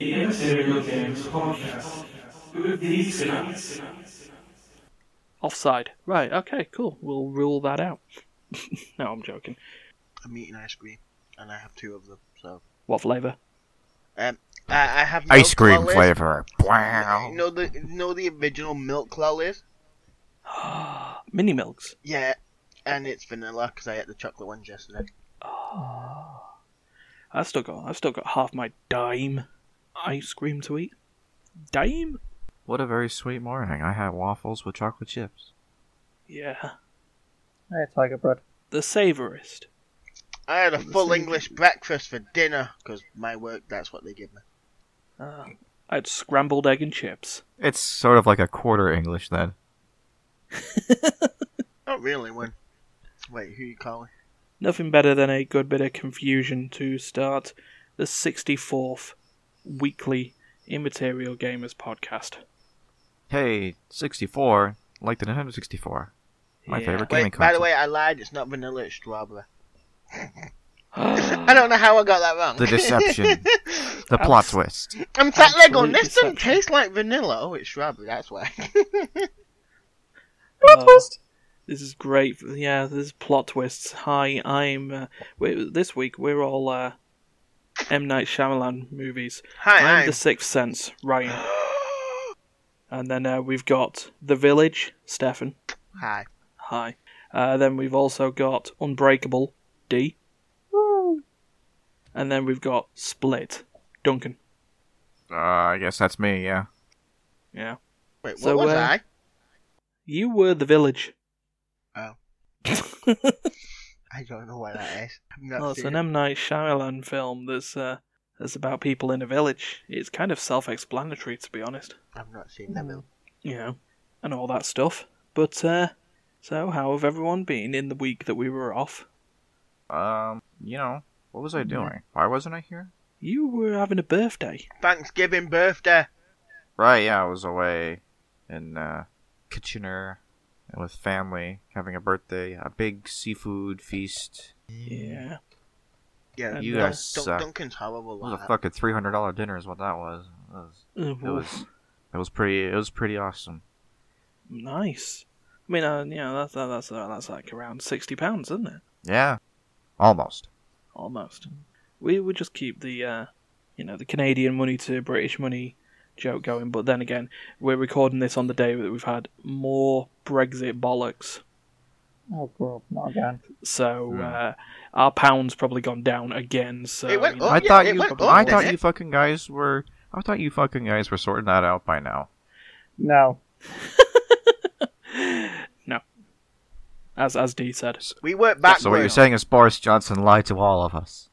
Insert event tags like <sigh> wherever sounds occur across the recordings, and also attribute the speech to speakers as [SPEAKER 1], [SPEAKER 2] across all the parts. [SPEAKER 1] Igen, serial-games podcast. These guys.
[SPEAKER 2] Offside. Right, okay, cool. We'll rule that out. <laughs> no, I'm joking.
[SPEAKER 3] I'm eating ice cream, and I have two of them. So
[SPEAKER 2] What flavour?
[SPEAKER 3] I, I have milk
[SPEAKER 4] Ice cream
[SPEAKER 3] Lawless.
[SPEAKER 4] flavor.
[SPEAKER 3] You
[SPEAKER 4] Wow.
[SPEAKER 3] know the you know the original milk Lawless?
[SPEAKER 2] <gasps> Mini milks. <gasps>
[SPEAKER 3] Yeah, and it's vanilla because I ate the chocolate ones yesterday.
[SPEAKER 2] I've still got I've still got half my dime ice cream to eat. Dime?
[SPEAKER 4] What a very sweet morning. I had waffles with chocolate chips.
[SPEAKER 2] Yeah.
[SPEAKER 5] Hey, Tiger Bread.
[SPEAKER 2] The savourist.
[SPEAKER 3] I had a full English breakfast for dinner because my work that's what they give me.
[SPEAKER 2] I had Uh, scrambled egg and chips.
[SPEAKER 4] It's sort of like a quarter English then.
[SPEAKER 3] Not really one. Wait, who you calling?
[SPEAKER 2] Nothing better than a good bit of confusion to start the 64th weekly Immaterial Gamers podcast.
[SPEAKER 4] Hey, 64, like the Nintendo 64. My
[SPEAKER 2] Yeah.
[SPEAKER 4] favorite gaming
[SPEAKER 3] Wait, by the
[SPEAKER 4] console.
[SPEAKER 3] way, I lied. It's not vanilla. It's strawberry.
[SPEAKER 2] <gasps>
[SPEAKER 3] <laughs> I don't know how I got that wrong.
[SPEAKER 4] The <laughs> deception. the plot
[SPEAKER 2] Abs-
[SPEAKER 4] twist.
[SPEAKER 3] <laughs> I'm sat there going,
[SPEAKER 2] Absolute
[SPEAKER 3] this doesn't
[SPEAKER 2] deception.
[SPEAKER 3] taste like vanilla. Oh, it's strawberry. That's why. <laughs>
[SPEAKER 2] Oh, this is great. Yeah, there's plot twists. Hi, I'm. Uh, we this week we're all uh, M Night Shyamalan movies.
[SPEAKER 3] Hi,
[SPEAKER 2] I'm
[SPEAKER 3] I'm
[SPEAKER 2] the Sixth Sense,
[SPEAKER 3] <gasps>
[SPEAKER 2] Ryan. and then uh, we've got The Village, Stefan.
[SPEAKER 3] hi.
[SPEAKER 2] Hi. Uh, then we've also got Unbreakable, D. And then we've got Split, Duncan.
[SPEAKER 4] Uh, I guess that's me, yeah.
[SPEAKER 2] Yeah.
[SPEAKER 3] Wait, what
[SPEAKER 2] So,
[SPEAKER 3] was
[SPEAKER 2] uh,
[SPEAKER 3] I?
[SPEAKER 2] You were The Village. <laughs>
[SPEAKER 3] Oh, I don't know what that is. I'm not
[SPEAKER 2] Well, it's
[SPEAKER 3] serious.
[SPEAKER 2] an M Night Shyamalan film that's uh, that's about people in a village. It's kind of self-explanatory, to be honest.
[SPEAKER 3] I've not seen them. in-
[SPEAKER 2] You know, and all that stuff. But uh, so, how have everyone been in the week that we were off?
[SPEAKER 4] Um, you know, what was I doing? Why wasn't I here?
[SPEAKER 2] You were having a birthday.
[SPEAKER 3] Thanksgiving birthday.
[SPEAKER 4] Right, yeah, I was away in uh, Kitchener with family, having a birthday, a big seafood feast.
[SPEAKER 2] Yeah.
[SPEAKER 3] Yeah,
[SPEAKER 4] You
[SPEAKER 3] Dun-
[SPEAKER 4] guys
[SPEAKER 3] Dun-
[SPEAKER 4] suck.
[SPEAKER 3] Duncan's horrible.
[SPEAKER 4] It was
[SPEAKER 3] Like
[SPEAKER 4] a
[SPEAKER 3] that.
[SPEAKER 4] fucking three hundred dollar dinner, is what that was. It was,
[SPEAKER 2] Uh,
[SPEAKER 4] it was, it was pretty. It was pretty awesome.
[SPEAKER 2] nice. I mean, uh, you know, that's that, that's uh, that's like around sixty pounds, isn't it?
[SPEAKER 4] Yeah, almost.
[SPEAKER 2] Almost. We would just keep the, uh, you know, the Canadian money to British money joke going. But then again, we're recording this on the day that we've had more Brexit bollocks.
[SPEAKER 5] Oh, bro, not again.
[SPEAKER 2] So
[SPEAKER 4] Hmm.
[SPEAKER 2] uh, our pound's probably gone down again. So
[SPEAKER 3] It went
[SPEAKER 2] you know,
[SPEAKER 3] Oh,
[SPEAKER 4] I
[SPEAKER 3] yeah,
[SPEAKER 4] thought
[SPEAKER 3] it
[SPEAKER 4] you.
[SPEAKER 3] went
[SPEAKER 4] I
[SPEAKER 3] up,
[SPEAKER 4] thought
[SPEAKER 3] didn't
[SPEAKER 4] you
[SPEAKER 3] it?
[SPEAKER 4] fucking guys were. I thought you fucking guys were sorting that out by now.
[SPEAKER 2] <laughs>
[SPEAKER 5] No.
[SPEAKER 2] as as Dee said,
[SPEAKER 3] We work backwards.
[SPEAKER 4] So what you're saying is Boris Johnson lied to all of us.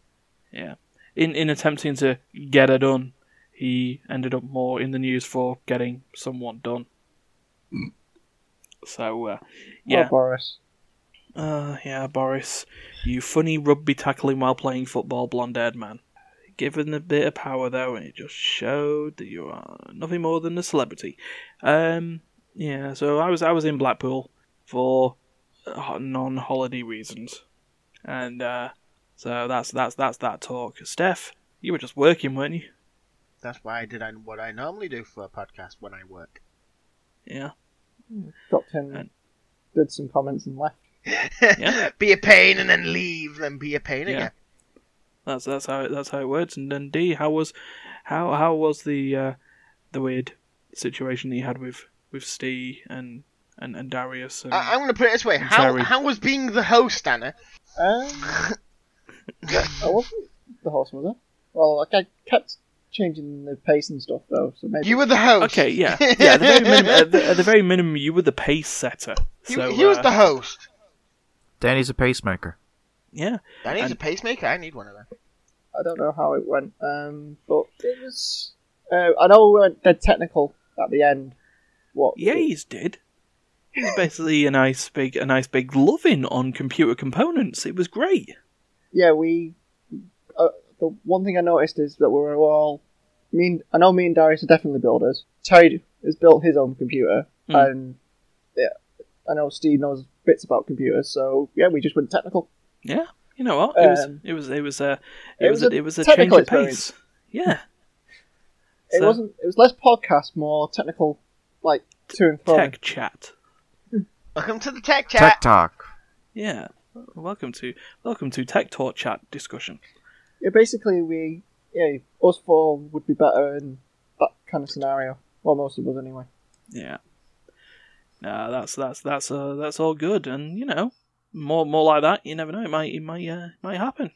[SPEAKER 2] yeah, in in attempting to get her done, he ended up more in the news for getting someone done. So uh,
[SPEAKER 5] Oh,
[SPEAKER 2] yeah,
[SPEAKER 5] Boris.
[SPEAKER 2] uh, yeah, Boris, you funny rugby tackling while playing football, blonde-haired man. Given a bit of power though, and it just showed that you are nothing more than a celebrity. Um, yeah, so I was I was in Blackpool for uh, non-holiday reasons, and uh, so that's that's that's that talk. Steph, you were just working, weren't you?
[SPEAKER 3] That's why I did I, what I normally do for a podcast when I work.
[SPEAKER 2] Yeah.
[SPEAKER 5] Dropped him,
[SPEAKER 2] And-
[SPEAKER 5] did some comments and left.
[SPEAKER 2] Yeah.
[SPEAKER 3] <laughs> be a pain and then leave, then be a pain
[SPEAKER 2] Yeah.
[SPEAKER 3] again.
[SPEAKER 2] That's that's how that's how it works. And then D, how was how how was the uh, the weird situation that you had with with Steve and and, and Darius? And,
[SPEAKER 3] I, I'm going to put it this way. How,
[SPEAKER 2] Sorry.
[SPEAKER 3] how was being the
[SPEAKER 2] <laughs>
[SPEAKER 3] host, Anna?
[SPEAKER 5] Um, I wasn't the horse, was I? Well, like, I kept changing the pace and stuff, though, so maybe...
[SPEAKER 3] You were the host.
[SPEAKER 2] okay,
[SPEAKER 3] <laughs>
[SPEAKER 2] yeah, yeah. At the very minimum, at the, at the very minimum, you were the pace setter.
[SPEAKER 3] You,
[SPEAKER 2] So
[SPEAKER 3] you was
[SPEAKER 2] uh,
[SPEAKER 3] the host.
[SPEAKER 4] Danny's a pacemaker.
[SPEAKER 2] yeah,
[SPEAKER 3] That needs
[SPEAKER 2] and-
[SPEAKER 3] a pacemaker. I need one of them.
[SPEAKER 5] I don't know how it went, um, but it was... Uh, I know we went dead technical at the end. What?
[SPEAKER 2] yeah, he's did. It was basically a nice big a nice big loving on computer components. It was great.
[SPEAKER 5] yeah, we. Uh, the one thing I noticed is that we were all. Me and, I know me and Darius are definitely builders. Tide has built his own computer,
[SPEAKER 2] Mm.
[SPEAKER 5] and yeah, I know Steve knows bits about computers, so yeah, we just went technical.
[SPEAKER 2] Yeah, you know what? It was
[SPEAKER 5] Um,
[SPEAKER 2] it was it was a
[SPEAKER 5] it
[SPEAKER 2] it was
[SPEAKER 5] was
[SPEAKER 2] a,
[SPEAKER 5] a
[SPEAKER 2] it was a change
[SPEAKER 5] technical
[SPEAKER 2] of pace. Yeah,
[SPEAKER 5] It
[SPEAKER 2] So-
[SPEAKER 5] wasn't. It was less podcast, more technical, like to and fro.
[SPEAKER 2] Tech chat.
[SPEAKER 3] Welcome to the tech chat.
[SPEAKER 4] Tech Talk.
[SPEAKER 2] Yeah. Welcome to welcome to Tech Talk chat discussion.
[SPEAKER 5] Yeah, basically, we yeah, us four would be better in that kind of scenario. Well, most of us anyway.
[SPEAKER 2] Yeah. Nah, that's that's that's uh, that's all good, and you know, more more like that. You never know. It might it might uh, it might happen.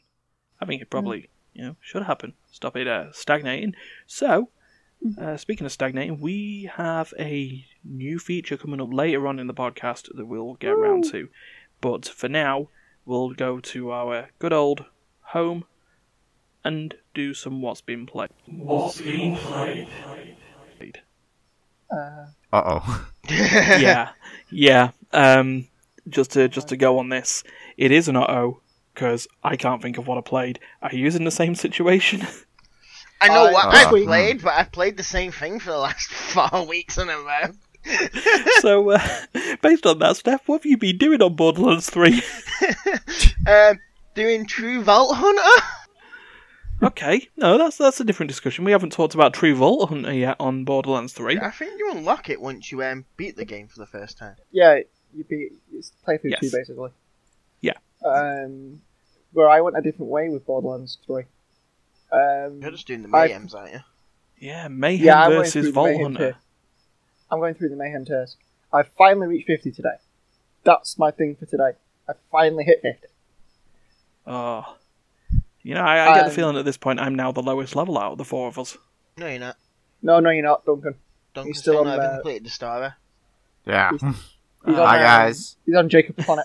[SPEAKER 2] I think it probably you know should happen. Stop it uh, stagnating. So, uh, speaking of stagnating, we have a new feature coming up later on in the podcast that we'll get round to. But for now, we'll go to our good old home and do some what's been played.
[SPEAKER 1] What's being played?
[SPEAKER 5] Uh,
[SPEAKER 4] Uh oh.
[SPEAKER 2] yeah, yeah. Um, just to just to go on this, it is an uh oh because I can't think of what I played. Are you in the same situation? <laughs>
[SPEAKER 3] I know
[SPEAKER 5] I-
[SPEAKER 3] what
[SPEAKER 4] Uh,
[SPEAKER 3] I've
[SPEAKER 5] we-
[SPEAKER 3] played, but I've played the same thing for the last <laughs> four weeks in a row.
[SPEAKER 2] so, uh, based on that, Steph, what have you been doing on Borderlands Three? <laughs>
[SPEAKER 3] Um, doing True Vault Hunter.
[SPEAKER 2] okay, no, that's that's a different discussion. We haven't talked about True Vault Hunter yet on Borderlands Three.
[SPEAKER 3] I think you unlock it once you um beat the game for the first time.
[SPEAKER 5] yeah, you'd be it's playthrough
[SPEAKER 2] Yes.
[SPEAKER 5] two basically.
[SPEAKER 2] Yeah.
[SPEAKER 5] Um, where I went a different way with Borderlands Three. Um,
[SPEAKER 3] You're just doing the
[SPEAKER 5] I-
[SPEAKER 3] mayhems, aren't you?
[SPEAKER 2] Yeah, Mayhem
[SPEAKER 5] Yeah, I went
[SPEAKER 2] versus
[SPEAKER 5] through
[SPEAKER 2] Vault
[SPEAKER 5] Mayhem
[SPEAKER 2] Hunter.
[SPEAKER 5] too. I'm going through the mayhem tears. I finally reached fifty today. That's my thing for today. I finally hit fifty.
[SPEAKER 2] Oh. You know, I, I get
[SPEAKER 5] Um,
[SPEAKER 2] the feeling at this point I'm now the lowest level out of the four of us.
[SPEAKER 3] No, you're not.
[SPEAKER 5] No, no, you're not, Duncan.
[SPEAKER 3] Duncan's
[SPEAKER 5] still
[SPEAKER 3] still
[SPEAKER 5] on
[SPEAKER 3] not
[SPEAKER 5] the-
[SPEAKER 3] even completed the Starver.
[SPEAKER 4] <laughs> Yeah. <laughs>
[SPEAKER 5] He's
[SPEAKER 2] Ah.
[SPEAKER 5] on,
[SPEAKER 4] Hi
[SPEAKER 5] um,
[SPEAKER 4] guys.
[SPEAKER 5] He's on Jacob's planet.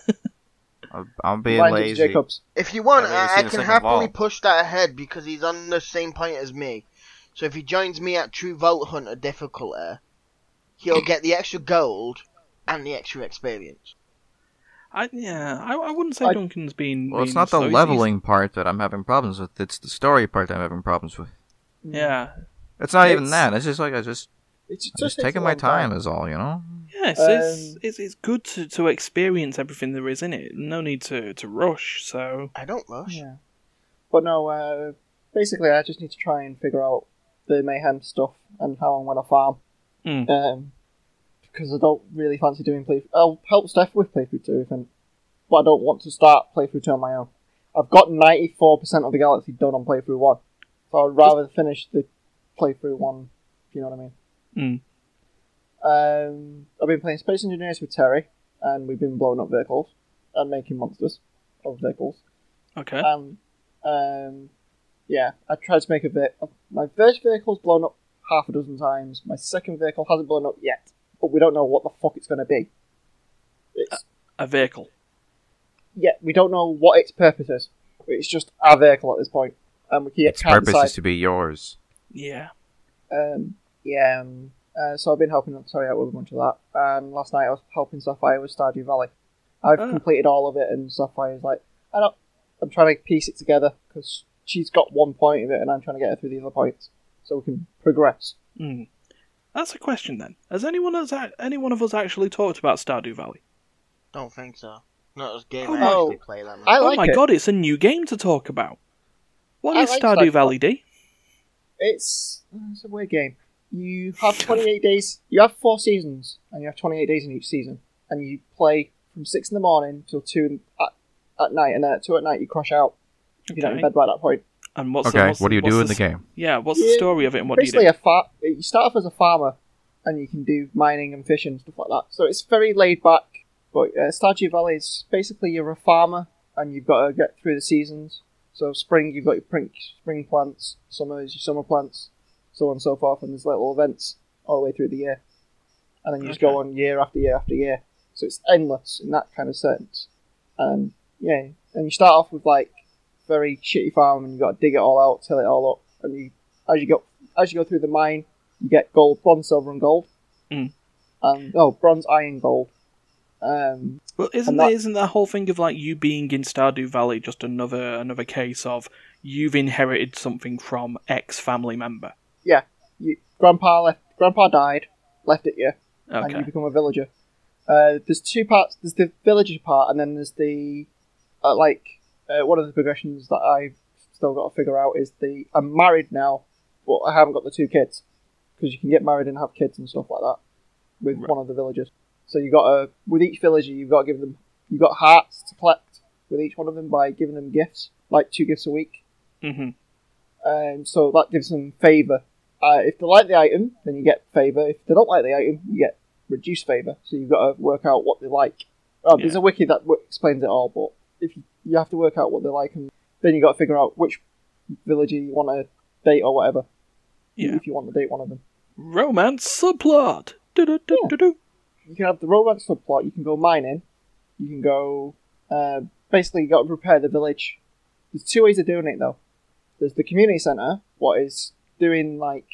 [SPEAKER 4] I'm- I'm being
[SPEAKER 5] Blind Jacob
[SPEAKER 4] lazy.
[SPEAKER 5] Jacobs.
[SPEAKER 3] If you want,
[SPEAKER 4] I've already
[SPEAKER 3] I, I
[SPEAKER 4] seen the
[SPEAKER 3] can
[SPEAKER 4] second
[SPEAKER 3] happily
[SPEAKER 4] vault.
[SPEAKER 3] push that ahead because he's on the same point as me. So if he joins me at True Vault Hunter difficulty, he'll get the extra gold and the extra experience.
[SPEAKER 2] I yeah, I, I wouldn't say
[SPEAKER 5] I-
[SPEAKER 2] Duncan's been.
[SPEAKER 4] Well, it's
[SPEAKER 2] been
[SPEAKER 4] not the
[SPEAKER 2] slow. He's- he's-
[SPEAKER 4] leveling part that I'm having problems with. It's the story part that I'm having problems with.
[SPEAKER 2] Yeah,
[SPEAKER 4] It's not even
[SPEAKER 5] It's-
[SPEAKER 4] that. It's just like I just
[SPEAKER 5] It's just,
[SPEAKER 4] I'm just
[SPEAKER 5] takes
[SPEAKER 4] taking
[SPEAKER 5] a
[SPEAKER 4] my
[SPEAKER 5] long
[SPEAKER 4] time, is all, you know?
[SPEAKER 2] Yes, it's,
[SPEAKER 5] Um,
[SPEAKER 2] it's it's good to, to experience everything there is in it. No need to, to rush. So
[SPEAKER 3] I don't rush.
[SPEAKER 5] Yeah. But no, uh, basically, I just need to try and figure out the mayhem stuff and how I'm going to farm.
[SPEAKER 2] Mm.
[SPEAKER 5] Um, because I don't really fancy doing play. I'll help Steph with playthrough two, if and but I don't want to start playthrough two on my own. I've got ninety four percent of the galaxy done on playthrough one, so I'd rather finish the playthrough one. If you know what I mean.
[SPEAKER 2] mm.
[SPEAKER 5] Um, I've been playing Space Engineers with Terry, and we've been blowing up vehicles and making monsters of vehicles.
[SPEAKER 2] okay,
[SPEAKER 5] Um, um, yeah, I tried to make a bit. My first vehicle's blown up half a dozen times. My second vehicle hasn't blown up yet, but we don't know what the fuck it's going to be. It's,
[SPEAKER 2] a vehicle.
[SPEAKER 5] yeah, we don't know what its purpose is. It's just our vehicle at this point, and we can't
[SPEAKER 4] Its purpose
[SPEAKER 5] decide.
[SPEAKER 4] is to be yours.
[SPEAKER 2] Yeah.
[SPEAKER 5] Um, yeah, um, uh, so I've been helping Sorry out with a bunch of that. And last night I was helping Sapphire with Stardew Valley. I've
[SPEAKER 2] Ah.
[SPEAKER 5] completed all of it, and Sapphire's like, I don't, I'm trying to piece it together because she's got one point of it, and I'm trying to get her through the other points so we can progress.
[SPEAKER 2] Mm. That's a question then. Has anyone has any one of us actually talked about Stardew Valley?
[SPEAKER 3] Don't think so. Not as game
[SPEAKER 2] Oh
[SPEAKER 3] I
[SPEAKER 2] my-
[SPEAKER 3] actually play that much.
[SPEAKER 5] I
[SPEAKER 2] oh
[SPEAKER 5] like
[SPEAKER 2] my
[SPEAKER 5] it.
[SPEAKER 2] god, it's a new game to talk about. What
[SPEAKER 5] I
[SPEAKER 2] is
[SPEAKER 5] like
[SPEAKER 2] Stardew
[SPEAKER 5] Stardew
[SPEAKER 2] Valley, D?
[SPEAKER 5] It's uh, it's a weird game. You have 28 days. You have four seasons, and you have 28 days in each season, and you play from six in the morning till two in- at, at night, and then at two at night you crash out. You're not
[SPEAKER 2] Okay.
[SPEAKER 5] in bed by that point.
[SPEAKER 2] And what's the,
[SPEAKER 4] okay,
[SPEAKER 2] what's
[SPEAKER 4] what do you
[SPEAKER 2] what's
[SPEAKER 4] do in the game?
[SPEAKER 2] Yeah, what's the
[SPEAKER 5] Yeah,
[SPEAKER 2] story of it and what do you
[SPEAKER 5] basically
[SPEAKER 2] do?
[SPEAKER 5] a far- you start off as a farmer and you can do mining and fishing and stuff like that so it's very laid back but uh, stardew valley is basically you're a farmer and you've got to get through the seasons so spring you've got your prin- spring plants summer is your summer plants so on and so forth and there's little events all the way through the year and then you just go on year after year after year so it's endless in that kind of sense and yeah and you start off with like very shitty farm and you've got to dig it all out till it all up and you as you go as you go through the mine, you get gold, bronze, silver, and gold.
[SPEAKER 2] Mm.
[SPEAKER 5] Um, oh, bronze, iron, gold. Um,
[SPEAKER 2] Well, isn't
[SPEAKER 5] I'm not-
[SPEAKER 2] there, isn't that whole thing of like you being in Stardew Valley just another another case of you've inherited something from X family member?
[SPEAKER 5] you, grandpa left. Grandpa died, left it you, and
[SPEAKER 2] Okay.
[SPEAKER 5] you become a villager. Uh, there's two parts. There's the villager part, and then there's the uh, like uh, one of the progressions that I've still got to figure out is the I'm married now, but I haven't got the two kids, because you can get married and have kids and stuff like that with
[SPEAKER 4] Right.
[SPEAKER 5] one of the villagers. So you got to with each villager you've got to give them you got hearts to collect with each one of them by giving them gifts like two gifts a week.
[SPEAKER 2] hmm
[SPEAKER 5] Um, so that gives them favour. Uh, if they like the item, then you get favour. If they don't like the item, you get reduced favour. So you've got to work out what they like. Oh, There's
[SPEAKER 2] Yeah.
[SPEAKER 5] a wiki that w- explains it all, but if you, you have to work out what they like, and then you got to figure out which villager you want to date or whatever.
[SPEAKER 2] Yeah.
[SPEAKER 5] If you want to date one of them,
[SPEAKER 2] Romance subplot. Do-do-do-do-do.
[SPEAKER 5] you can have the romance subplot. You can go mining. You can go. Uh, basically, you got to repair the village. There's two ways of doing it though. There's the community center, what is doing like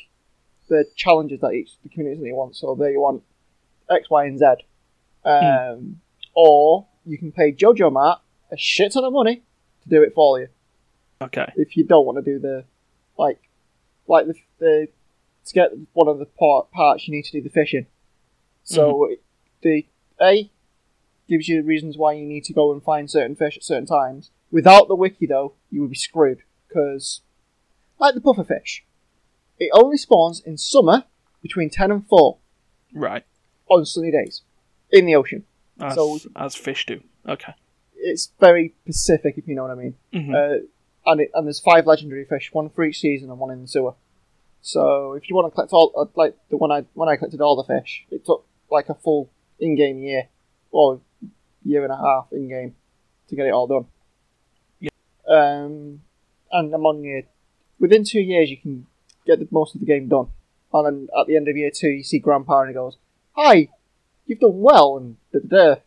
[SPEAKER 5] the challenges that each the community center wants. So they want X, Y, and Z. Um, Or you can pay JoJo Mart a shit ton of money to do it for you
[SPEAKER 2] Okay.
[SPEAKER 5] if you don't want to do the like like the, the to get one of the part, parts you need to do the fishing so the a gives you reasons why you need to go and find certain fish at certain times without the wiki though you would be screwed because like the puffer fish it only spawns in summer between 10 and 4
[SPEAKER 2] Right.
[SPEAKER 5] on sunny days in the ocean
[SPEAKER 2] As,
[SPEAKER 5] So-
[SPEAKER 2] as fish do. Okay.
[SPEAKER 5] it's very pacific if you know what i mean
[SPEAKER 2] hmm
[SPEAKER 5] uh, and it, and there's five legendary fish, one for each season and one in the sewer. So if you want to collect all, uh, like the one I when I collected all the fish, it took like a full in-game year or year and a half in-game to get it all done.
[SPEAKER 2] Yeah.
[SPEAKER 5] Um, and I'm on year. Within two years, you can get the, most of the game done, and then at the end of year two, you see Grandpa and he goes, "Hi, you've done well," and da da da.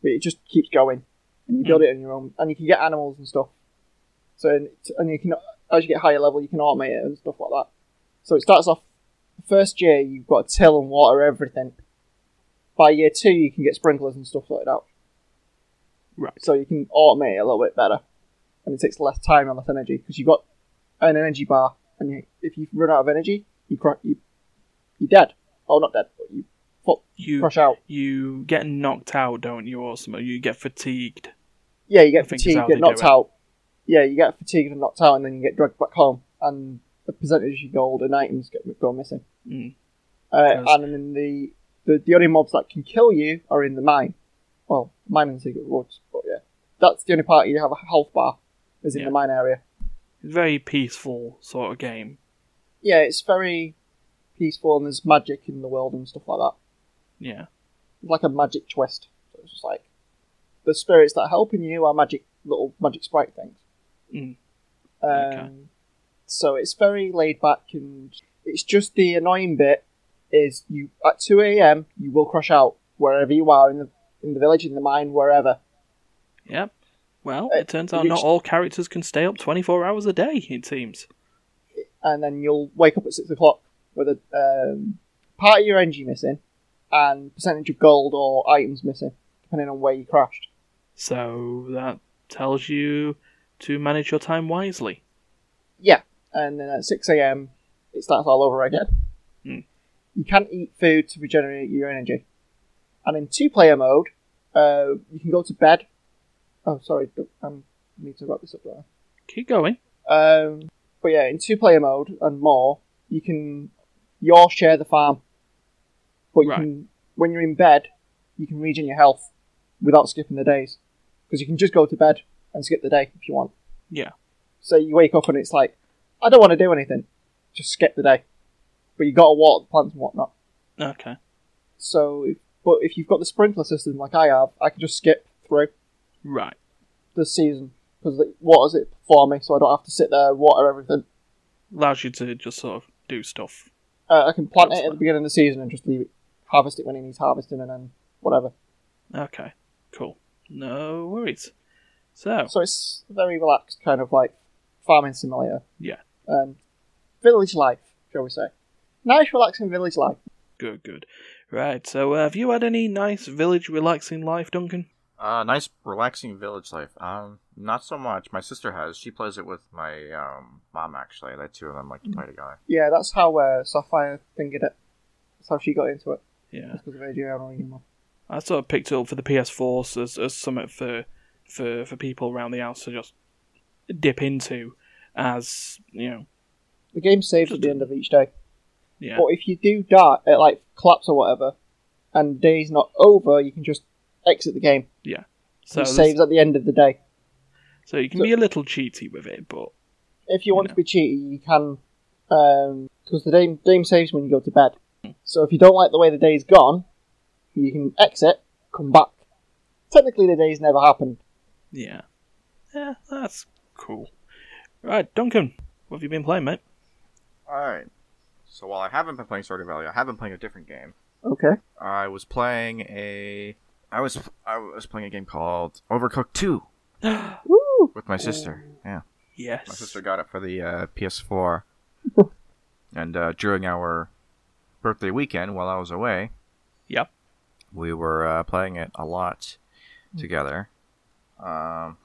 [SPEAKER 5] But it just keeps going, and you build it on your own, and you can get animals and stuff. So and, and you can as you get higher level, you can automate it and stuff like that. So it starts off the first year you've got to till and water everything. By year two, you can get sprinklers and stuff sorted out,
[SPEAKER 2] Right.
[SPEAKER 5] so you can automate it a little bit better, and it takes less time and less energy because you've got an energy bar, and you, if you run out of energy, you cr- you you're dead. Oh, not dead, but you
[SPEAKER 2] You
[SPEAKER 5] crush out.
[SPEAKER 2] you get knocked out, don't you, or something? You get fatigued.
[SPEAKER 5] Yeah, you
[SPEAKER 2] I
[SPEAKER 5] get
[SPEAKER 2] think is how
[SPEAKER 5] fatigued, get
[SPEAKER 2] they
[SPEAKER 5] knocked
[SPEAKER 2] do it.
[SPEAKER 5] out. Yeah, you get fatigued and knocked out, and then you get dragged back home, and a percentage of your gold and items get, go missing.
[SPEAKER 2] Mm.
[SPEAKER 5] Uh,
[SPEAKER 2] Yes.
[SPEAKER 5] and then the, the the only mobs that can kill you are in the mine. Well, mine and secret woods, but yeah, that's the only part you have a health bar is in
[SPEAKER 2] Yeah.
[SPEAKER 5] the mine area.
[SPEAKER 2] It's very peaceful sort of game.
[SPEAKER 5] Yeah, it's very peaceful, and there's magic in the world and stuff like that.
[SPEAKER 2] Yeah.
[SPEAKER 5] like a magic twist. So it's just like the spirits that are helping you are magic little magic sprite things.
[SPEAKER 2] Mm.
[SPEAKER 5] Um,
[SPEAKER 2] Okay.
[SPEAKER 5] So it's very laid back, and it's just the annoying bit is you at two a.m. you will crash out wherever you are in the in the village, in the mine, wherever.
[SPEAKER 2] Yep. Well,
[SPEAKER 5] Uh,
[SPEAKER 2] it turns out
[SPEAKER 5] you
[SPEAKER 2] not
[SPEAKER 5] just-
[SPEAKER 2] all characters can stay up 24 hours a day, it seems.
[SPEAKER 5] and then you'll wake up at six o'clock with a um, part of your energy missing and percentage of gold or items missing, depending on where you crashed.
[SPEAKER 2] So that tells you to manage your time wisely.
[SPEAKER 5] Yeah, and then at 6 a.m., it starts all over again.
[SPEAKER 2] Hmm.
[SPEAKER 5] You can't eat food to regenerate your energy. And in two player mode, uh, you can go to bed. Oh, sorry, I um, need to wrap this up there.
[SPEAKER 2] Keep going.
[SPEAKER 5] Um, but yeah, in two player mode and more, you can you all share the farm. But you
[SPEAKER 2] Right.
[SPEAKER 5] can when you're in bed, you can regen your health without skipping the days. Because you can just go to bed and skip the day if you want.
[SPEAKER 2] Yeah.
[SPEAKER 5] So you wake up and it's like, I don't want to do anything. Just skip the day. But you gotta water the plants and whatnot.
[SPEAKER 2] Okay.
[SPEAKER 5] So if, but if you've got the sprinkler system like I have, I can just skip through
[SPEAKER 2] Right.
[SPEAKER 5] the season because it waters it for me, so I don't have to sit there and water everything.
[SPEAKER 2] Allows you to just sort of do stuff.
[SPEAKER 5] Uh, I can plant
[SPEAKER 2] That's
[SPEAKER 5] it at the
[SPEAKER 2] fine.
[SPEAKER 5] beginning of the season and just leave it, harvest it when it needs harvesting, and then whatever.
[SPEAKER 2] Okay. Cool. No worries. So,
[SPEAKER 5] So it's a very relaxed kind of like farming simulator.
[SPEAKER 2] Yeah.
[SPEAKER 5] Um, village life, shall we say? Nice, relaxing village life.
[SPEAKER 2] good, good. Right, so uh, have you had any nice village relaxing life, Duncan?
[SPEAKER 4] Uh, nice, relaxing village life. Um, not so much. My sister has. She plays it with my um mom actually. The two of them like to play together.
[SPEAKER 5] Yeah, that's how uh, Sapphire fingered it. That's how she got into it.
[SPEAKER 2] Yeah.
[SPEAKER 5] That's because of Adriana Lima.
[SPEAKER 2] I sort of picked it up for the PS4 so as, as something for, for, for people around the house to just dip into as, you know,
[SPEAKER 5] The game saves at the end of each day.
[SPEAKER 2] Yeah.
[SPEAKER 5] But if you do die, uh, like collapse or whatever, and day's not over, you can just exit the game.
[SPEAKER 2] So,
[SPEAKER 5] it
[SPEAKER 2] there's-
[SPEAKER 5] saves at the end of the day.
[SPEAKER 2] so you can be a little cheaty with it, but
[SPEAKER 5] If you want to be cheaty, you can, because the game game saves when you go to bed. So if you don't like the way the day's gone, you can exit, come back. Technically, the day's never happened.
[SPEAKER 2] yeah. Yeah, that's cool. Right, Duncan, what have you been playing, mate?
[SPEAKER 4] Alright. So while I haven't been playing Stardew Valley, I have been playing a different game.
[SPEAKER 5] Okay.
[SPEAKER 4] I was playing a I was I was playing a game called Overcooked 2
[SPEAKER 5] Woo!
[SPEAKER 4] with my sister. Yeah.
[SPEAKER 2] <gasps> Yes.
[SPEAKER 4] My sister got it for the uh, PS4. and uh, during our birthday weekend while I was away,
[SPEAKER 2] Yep.
[SPEAKER 4] we were uh, playing it a lot together. Um,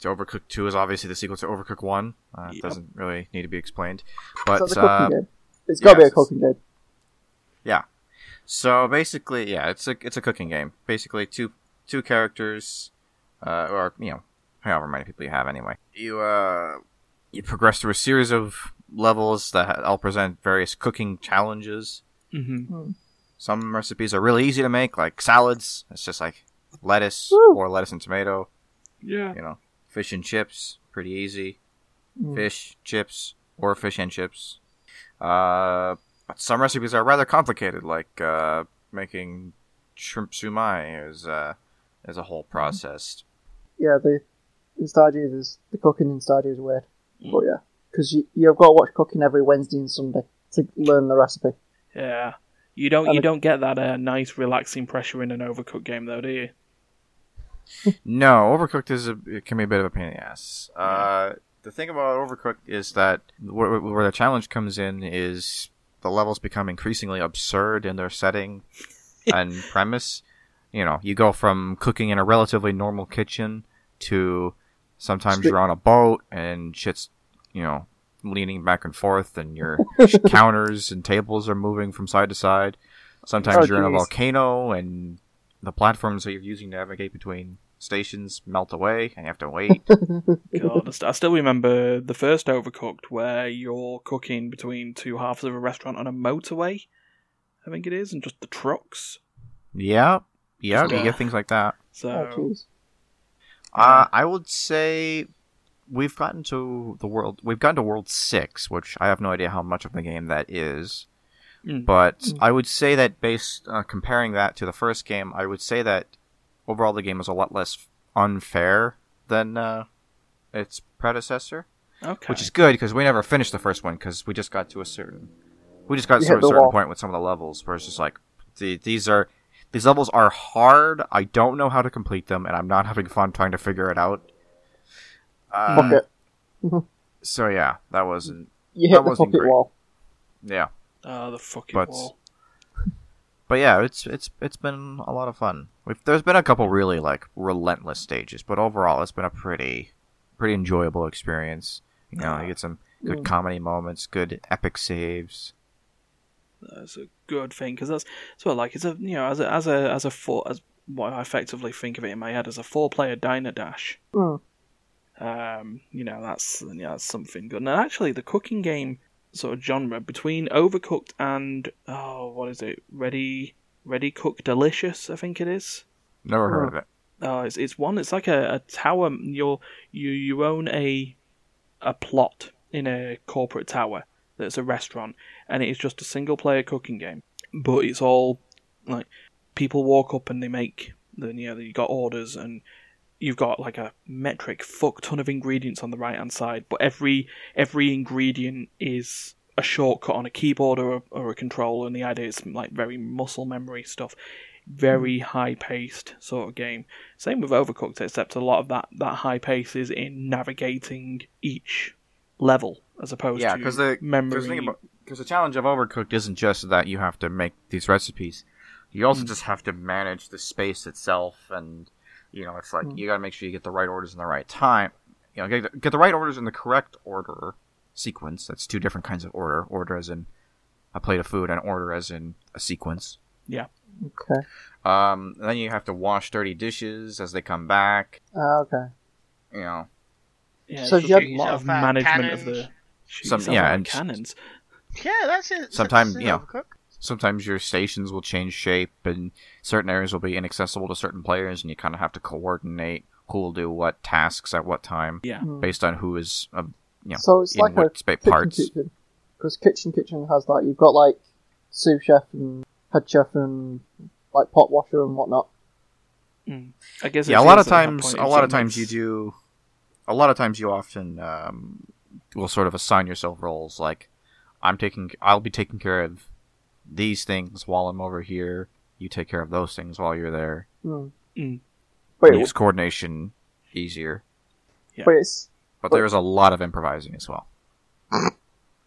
[SPEAKER 4] to Overcooked 2 is obviously the sequel to Overcooked 1. Uh, It
[SPEAKER 2] Yep.
[SPEAKER 4] doesn't really need to be explained.
[SPEAKER 5] Is that
[SPEAKER 4] But
[SPEAKER 5] the cooking
[SPEAKER 4] uh,
[SPEAKER 5] game? It's got to be
[SPEAKER 4] yes.
[SPEAKER 5] a cooking game.
[SPEAKER 4] So basically, yeah, it's a it's a cooking game. Basically, two two characters, uh, or you know, however many people you have anyway. You uh, you progress through a series of levels that all present various cooking challenges.
[SPEAKER 2] Mm-hmm.
[SPEAKER 4] Some recipes are really easy to make, like salads. It's just like lettuce
[SPEAKER 5] Woo.
[SPEAKER 4] or lettuce and tomato.
[SPEAKER 2] Yeah.
[SPEAKER 4] You know, fish and chips, pretty easy.
[SPEAKER 5] Mm.
[SPEAKER 4] Fish chips or fish and chips. Uh, but some recipes are rather complicated, like uh, making shrimp sumai is uh, is a whole process.
[SPEAKER 5] Yeah, the in Stardew is the cooking in Stardew is weird,
[SPEAKER 4] Mm.
[SPEAKER 5] but yeah, because you you've got to watch cooking every Wednesday and Sunday to learn the recipe.
[SPEAKER 2] Yeah. You don't
[SPEAKER 5] And
[SPEAKER 2] you
[SPEAKER 5] it-
[SPEAKER 2] don't get that uh, nice relaxing pressure in an overcooked game though, do you?
[SPEAKER 5] <laughs>
[SPEAKER 4] No, Overcooked is a, it can be a bit of a pain in the ass. Uh, the thing about Overcooked is that where, where the challenge comes in is the levels become increasingly absurd in their setting and premise. You know, you go from cooking in a relatively normal kitchen to sometimes
[SPEAKER 5] Straight-
[SPEAKER 4] you're on a boat and shit's you know leaning back and forth and your counters and tables are moving from side to side. Sometimes
[SPEAKER 5] Oh,
[SPEAKER 4] you're in a
[SPEAKER 5] geez.
[SPEAKER 4] volcano and the platforms that you're using to navigate between stations melt away and you have to wait.
[SPEAKER 2] God, I st- I still remember the first Overcooked where you're cooking between two halves of a restaurant on a motorway, I think it is, and just the trucks.
[SPEAKER 4] yeah. Yeah, you
[SPEAKER 2] Yeah.
[SPEAKER 4] get things like that.
[SPEAKER 5] Oh,
[SPEAKER 2] So
[SPEAKER 5] jeez.
[SPEAKER 4] Uh, I would say we've gotten to the world we've gotten to world 6, which I have no idea how much of the game that is.
[SPEAKER 2] Mm.
[SPEAKER 4] But I would say that based uh, comparing that to the first game, I would say that overall the game is a lot less unfair than uh, its predecessor.
[SPEAKER 2] okay,
[SPEAKER 4] which is good because we never finished the first one because we just got to a certain we just got
[SPEAKER 5] We
[SPEAKER 4] to a
[SPEAKER 5] hit the
[SPEAKER 4] certain
[SPEAKER 5] wall.
[SPEAKER 4] point with some of the levels where it's just like the, these are these levels are hard i don't know how to complete them and i'm not having fun trying to figure it out uh,
[SPEAKER 5] Fuck it.
[SPEAKER 4] so yeah that wasn't
[SPEAKER 5] You
[SPEAKER 4] that
[SPEAKER 5] hit the
[SPEAKER 4] wasn't
[SPEAKER 5] pocket
[SPEAKER 4] great.
[SPEAKER 5] wall.
[SPEAKER 4] yeah
[SPEAKER 2] Ah, the fucking
[SPEAKER 4] But-
[SPEAKER 2] wall.
[SPEAKER 4] but yeah it's it's it's been a lot of fun We've, there's been a couple really like relentless stages but overall it's been a pretty pretty enjoyable experience you know you get some good
[SPEAKER 5] Mm.
[SPEAKER 4] comedy moments good epic saves
[SPEAKER 2] That's a good thing because that's so like it's a you know as a as a as a four as what I effectively think of it in my head as a four player diner dash.
[SPEAKER 5] Mm.
[SPEAKER 2] Um, you know that's you know, that's something good. And actually, the cooking game sort of genre between Overcooked and oh what is it Ready Ready Cook Delicious I think it is.
[SPEAKER 4] never heard of it
[SPEAKER 2] Uh, it's it's one. It's like a, a tower. You're you you own a a plot in a corporate tower that's a restaurant, and it is just a single player cooking game. But it's all like people walk up and they make the you know you got orders and you've got like a metric fuck ton of ingredients on the right hand side, but every every ingredient is a shortcut on a keyboard or a, or a controller, and the idea is like very muscle memory stuff. Very
[SPEAKER 4] Hmm.
[SPEAKER 2] high paced sort of game. Same with Overcooked, except a lot of that, that high pace is in navigating each level as opposed
[SPEAKER 4] yeah
[SPEAKER 2] to
[SPEAKER 4] because the
[SPEAKER 2] memory.
[SPEAKER 4] because the challenge of overcooked isn't just that you have to make these recipes you
[SPEAKER 2] Hmm.
[SPEAKER 4] also just have to manage the space itself and you know it's like
[SPEAKER 2] Hmm.
[SPEAKER 4] you got to make sure you get the right orders in the right time you know get the, get the right orders in the correct order sequence that's two different kinds of order order as in a plate of food and order as in a sequence
[SPEAKER 5] Okay.
[SPEAKER 4] um then you have to wash dirty dishes as they come back
[SPEAKER 5] Ah, okay.
[SPEAKER 4] you know
[SPEAKER 2] yeah,
[SPEAKER 5] so
[SPEAKER 2] it's
[SPEAKER 5] you
[SPEAKER 2] just
[SPEAKER 5] had
[SPEAKER 2] a lot of
[SPEAKER 3] yourself out
[SPEAKER 2] management of
[SPEAKER 3] cannons.
[SPEAKER 2] the. Shoot
[SPEAKER 4] Some-
[SPEAKER 2] yourself
[SPEAKER 4] yeah,
[SPEAKER 2] out
[SPEAKER 4] and-
[SPEAKER 2] cannons.
[SPEAKER 3] Yeah, that's it.
[SPEAKER 4] Sometime,
[SPEAKER 3] that's
[SPEAKER 4] you know,
[SPEAKER 3] Overcooked.
[SPEAKER 4] Sometimes your stations will change shape, and certain areas will be inaccessible to certain players, and you kind of have to coordinate who will do what tasks at what time
[SPEAKER 2] Yeah.
[SPEAKER 5] Mm.
[SPEAKER 4] based on who is uh, you know
[SPEAKER 5] So it's
[SPEAKER 4] in
[SPEAKER 5] like a
[SPEAKER 4] what space parts.
[SPEAKER 5] kitchen because kitchen kitchen has that. You've got like sous chef and head chef and like pot washer and whatnot.
[SPEAKER 2] I guess
[SPEAKER 4] yeah
[SPEAKER 2] it
[SPEAKER 4] a lot
[SPEAKER 2] is
[SPEAKER 4] of
[SPEAKER 2] at that
[SPEAKER 4] times
[SPEAKER 2] point,
[SPEAKER 4] a
[SPEAKER 2] if
[SPEAKER 4] lot of
[SPEAKER 2] someone's-
[SPEAKER 4] times you do a lot of times you often um, will sort of assign yourself roles like i'm taking i'll be taking care of these things while i'm over here you take care of those things while you're there
[SPEAKER 5] Mm.
[SPEAKER 2] Mm.
[SPEAKER 5] But, it-
[SPEAKER 4] makes coordination easier
[SPEAKER 2] yeah.
[SPEAKER 5] but it's
[SPEAKER 4] but there is a lot of improvising as well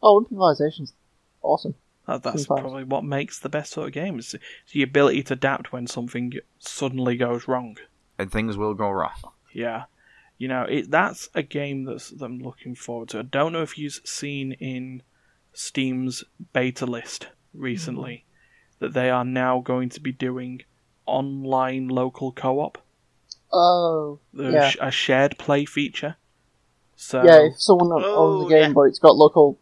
[SPEAKER 5] oh improvisation's awesome.
[SPEAKER 2] That, that's
[SPEAKER 5] Sometimes.
[SPEAKER 2] probably what makes the best sort of game is the ability to adapt when something suddenly goes wrong.
[SPEAKER 4] and things will go wrong
[SPEAKER 2] Yeah, you know it, that's a game that's that I'm looking forward to. I don't know if you've seen in Steam's beta list recently
[SPEAKER 5] Mm-hmm.
[SPEAKER 2] that they are now going to be doing online local co-op,
[SPEAKER 5] Oh
[SPEAKER 2] the,
[SPEAKER 5] Yeah.
[SPEAKER 2] sh- a shared play feature. So
[SPEAKER 5] yeah, if someone owns
[SPEAKER 3] Oh,
[SPEAKER 5] the game
[SPEAKER 3] yeah.
[SPEAKER 5] but it's got local.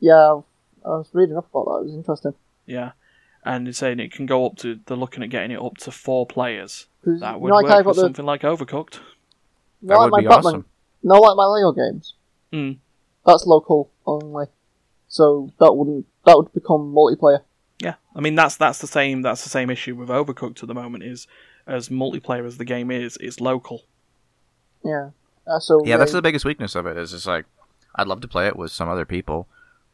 [SPEAKER 5] Yeah, I was reading up about that. It was interesting.
[SPEAKER 2] yeah, and they're saying it can go up to they're looking at getting it up to four players.
[SPEAKER 5] 'Cause
[SPEAKER 2] That
[SPEAKER 5] you
[SPEAKER 2] would
[SPEAKER 5] know, like
[SPEAKER 2] work
[SPEAKER 5] I've
[SPEAKER 2] with
[SPEAKER 5] got the-
[SPEAKER 2] something like Overcooked.
[SPEAKER 5] Not
[SPEAKER 4] that
[SPEAKER 5] like
[SPEAKER 4] would
[SPEAKER 5] my
[SPEAKER 4] be
[SPEAKER 5] Batman,
[SPEAKER 4] awesome
[SPEAKER 5] not like my Lego games.
[SPEAKER 2] Mm.
[SPEAKER 5] That's local only, so that wouldn't that would become multiplayer.
[SPEAKER 2] Yeah, I mean that's that's the same that's the same issue with Overcooked at the moment is as multiplayer as the game is, it's local.
[SPEAKER 5] Yeah. Uh, so
[SPEAKER 4] yeah that's
[SPEAKER 5] they-
[SPEAKER 4] the biggest weakness of it is it's like i'd love to play it with some other people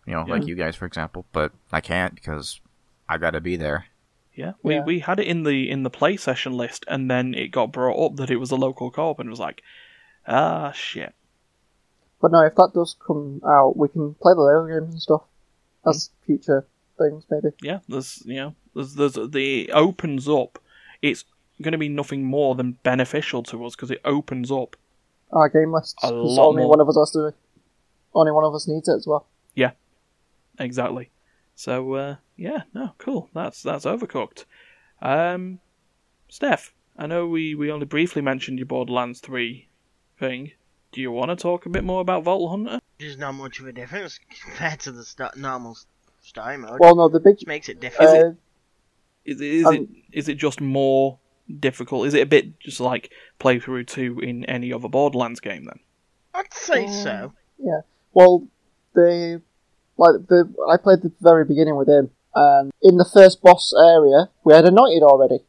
[SPEAKER 4] you know like you guys for example but i can't because i gotta be there
[SPEAKER 2] Yeah, we,
[SPEAKER 5] Yeah.
[SPEAKER 2] we had it in the in the play session list, and then it got brought up that it was a local co-op, and it was like, ah shit.
[SPEAKER 5] But no, if that does come out, we can play the Lego games and stuff as
[SPEAKER 2] Hmm.
[SPEAKER 5] future things, maybe.
[SPEAKER 2] Yeah, there's you know there's there's the it opens up. It's going to be nothing more than beneficial to us because it opens up.
[SPEAKER 5] Our game lists.
[SPEAKER 2] A
[SPEAKER 5] 'cause
[SPEAKER 2] lot
[SPEAKER 5] only
[SPEAKER 2] more.
[SPEAKER 5] one of us has to. Only one of us needs it as well.
[SPEAKER 2] Exactly. So uh, yeah, no, cool. That's that's overcooked. Um, Steph, I know we we only briefly mentioned your Borderlands three thing. Do you want to talk a bit more about Vault Hunter?
[SPEAKER 3] There's not much of a difference <laughs> compared to the st- normal story mode.
[SPEAKER 5] Well, no, the big.
[SPEAKER 3] which makes it different.
[SPEAKER 5] Uh,
[SPEAKER 2] Is, is it
[SPEAKER 5] Um,
[SPEAKER 2] is it just more difficult? Is it a bit just like playthrough two in any other Borderlands game then?
[SPEAKER 3] I'd say
[SPEAKER 5] um,
[SPEAKER 3] so.
[SPEAKER 5] Yeah. Well, the like the I played the very beginning with him, and in the first boss area, we had a knighted already.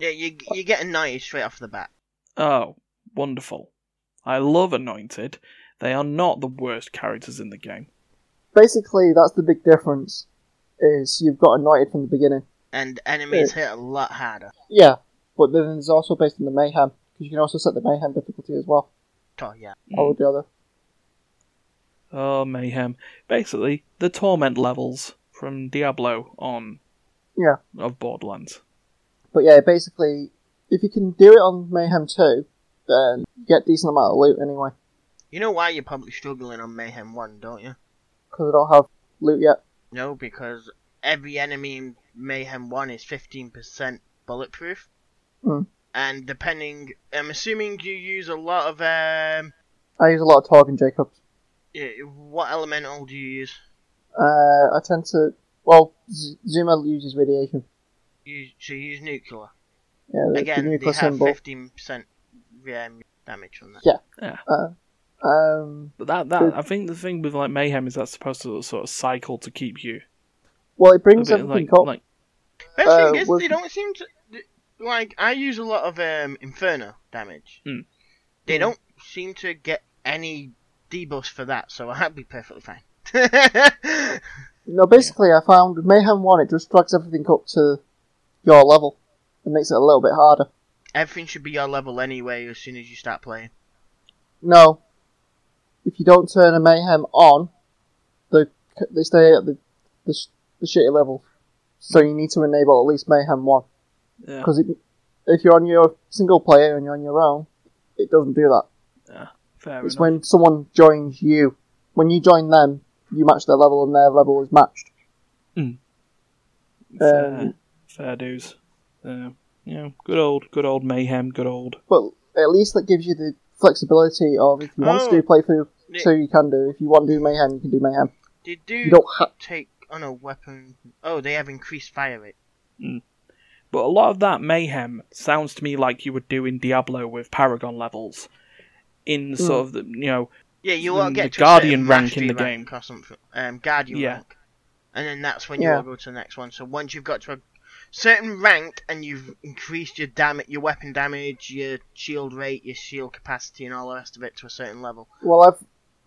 [SPEAKER 3] Yeah, you you get annoyed straight off the bat.
[SPEAKER 2] Oh, wonderful! I love Anointed. They are not the worst characters in the game.
[SPEAKER 5] Basically, that's the big difference. Is you've got a knighted from the beginning.
[SPEAKER 3] and enemies hit a lot harder.
[SPEAKER 5] Yeah, but then it's also based on the mayhem because you can also set the mayhem difficulty as well.
[SPEAKER 3] Oh yeah,
[SPEAKER 2] Hmm.
[SPEAKER 5] Or the other.
[SPEAKER 2] Oh, mayhem! Basically, the torment levels from Diablo on
[SPEAKER 5] Yeah.
[SPEAKER 2] of Borderlands.
[SPEAKER 5] But yeah, basically, if you can do it on Mayhem 2, then you get decent amount of loot anyway.
[SPEAKER 3] you know why you're probably struggling on Mayhem One, don't you?
[SPEAKER 5] Because I don't have loot yet.
[SPEAKER 3] No, because every enemy in Mayhem One is fifteen percent bulletproof,
[SPEAKER 5] Hmm.
[SPEAKER 3] and depending, I'm assuming you use a lot of um.
[SPEAKER 5] I use a lot of Torg and Jacobs.
[SPEAKER 3] eh, What elemental do you use?
[SPEAKER 5] Uh, I tend to. Well, Z- Zuma uses radiation.
[SPEAKER 3] You so you use nuclear
[SPEAKER 5] Yeah, the,
[SPEAKER 3] again.
[SPEAKER 5] the
[SPEAKER 3] they
[SPEAKER 5] nuclear
[SPEAKER 3] have
[SPEAKER 5] symbol.
[SPEAKER 3] fifteen percent um, damage from that.
[SPEAKER 5] Um,
[SPEAKER 2] But that, that I think the thing with like mayhem is that's supposed to sort of cycle to keep you.
[SPEAKER 5] well, it
[SPEAKER 2] a
[SPEAKER 5] brings
[SPEAKER 2] bit
[SPEAKER 5] everything
[SPEAKER 2] like,
[SPEAKER 5] up.
[SPEAKER 2] like
[SPEAKER 3] Best
[SPEAKER 5] Uh,
[SPEAKER 3] thing is
[SPEAKER 5] with-
[SPEAKER 3] they don't seem to th- like. I use a lot of um, Inferno damage.
[SPEAKER 2] Hmm.
[SPEAKER 3] They
[SPEAKER 5] Hmm.
[SPEAKER 3] don't seem to get any debuffs for that, so I'd be perfectly fine. <laughs> yeah,
[SPEAKER 5] no, basically, I found with Mayhem 1, it just drags everything up to your level. It makes it a little bit harder.
[SPEAKER 3] everything should be your level anyway. As soon as you start playing,
[SPEAKER 5] No. If you don't turn a mayhem on, they they stay at the the, sh- the shitty level. So you need to enable at least mayhem one
[SPEAKER 2] yeah.
[SPEAKER 5] because if you're on your single player and you're on your own, it doesn't do that.
[SPEAKER 2] Fair
[SPEAKER 5] it's
[SPEAKER 2] enough.
[SPEAKER 5] when someone joins you. When you join them, you match their level and their level is matched.
[SPEAKER 2] fair,
[SPEAKER 5] um,
[SPEAKER 2] fair dues. Uh, you know, good old, good old mayhem. Good old.
[SPEAKER 5] But at least that gives you the flexibility of if you want
[SPEAKER 3] Oh.
[SPEAKER 5] to do playthrough,
[SPEAKER 3] Yeah.
[SPEAKER 5] so you can do. If you want to do mayhem, you can do mayhem.
[SPEAKER 3] they do
[SPEAKER 5] You don't have
[SPEAKER 3] take Oh no, weapon. Oh, they have increased fire rate.
[SPEAKER 2] But a lot of that mayhem sounds to me like you would do in Diablo with Paragon levels, in
[SPEAKER 5] Hmm.
[SPEAKER 2] sort of the you know
[SPEAKER 3] Yeah, you ought to
[SPEAKER 2] Mm,
[SPEAKER 3] get
[SPEAKER 2] the
[SPEAKER 3] to
[SPEAKER 2] Guardian
[SPEAKER 3] a certain
[SPEAKER 2] rank in
[SPEAKER 3] mastery
[SPEAKER 2] the
[SPEAKER 3] rank or something. Um, Guardian
[SPEAKER 2] Yeah.
[SPEAKER 3] rank, and then that's when you
[SPEAKER 5] Yeah.
[SPEAKER 3] all go to the next one. So once you've got to a certain rank and you've increased your damage, your weapon damage, your shield rate, your shield capacity, and all the rest of it to a certain level.
[SPEAKER 5] Well, I've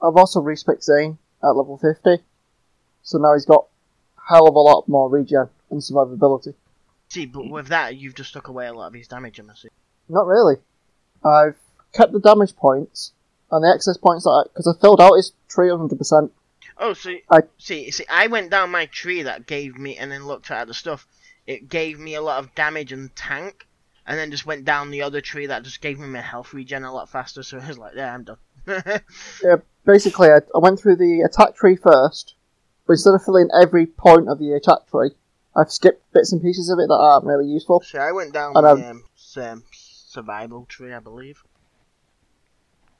[SPEAKER 5] I've also respec Zane at level fifty, so now he's got hell of a lot more regen and survivability.
[SPEAKER 3] See, but with that, you've just took away a lot of his damage. I'm assuming.
[SPEAKER 5] Not really. I've kept the damage points and the excess points that because I filled out his tree hundred percent.
[SPEAKER 3] Oh, so
[SPEAKER 5] I-
[SPEAKER 3] see, see, I went down my tree that gave me, and then looked at the stuff. It gave me a lot of damage and tank, and then just went down the other tree that just gave me a health regen a lot faster. So <laughs> I was like, there, I'm done.
[SPEAKER 5] Yeah, basically, I, I went through the attack tree first, but instead of filling every point of the attack tree, I've skipped bits and pieces of it that aren't really useful.
[SPEAKER 3] So I went down
[SPEAKER 5] And
[SPEAKER 3] the
[SPEAKER 5] I've-
[SPEAKER 3] um, s- um, survival tree, I believe.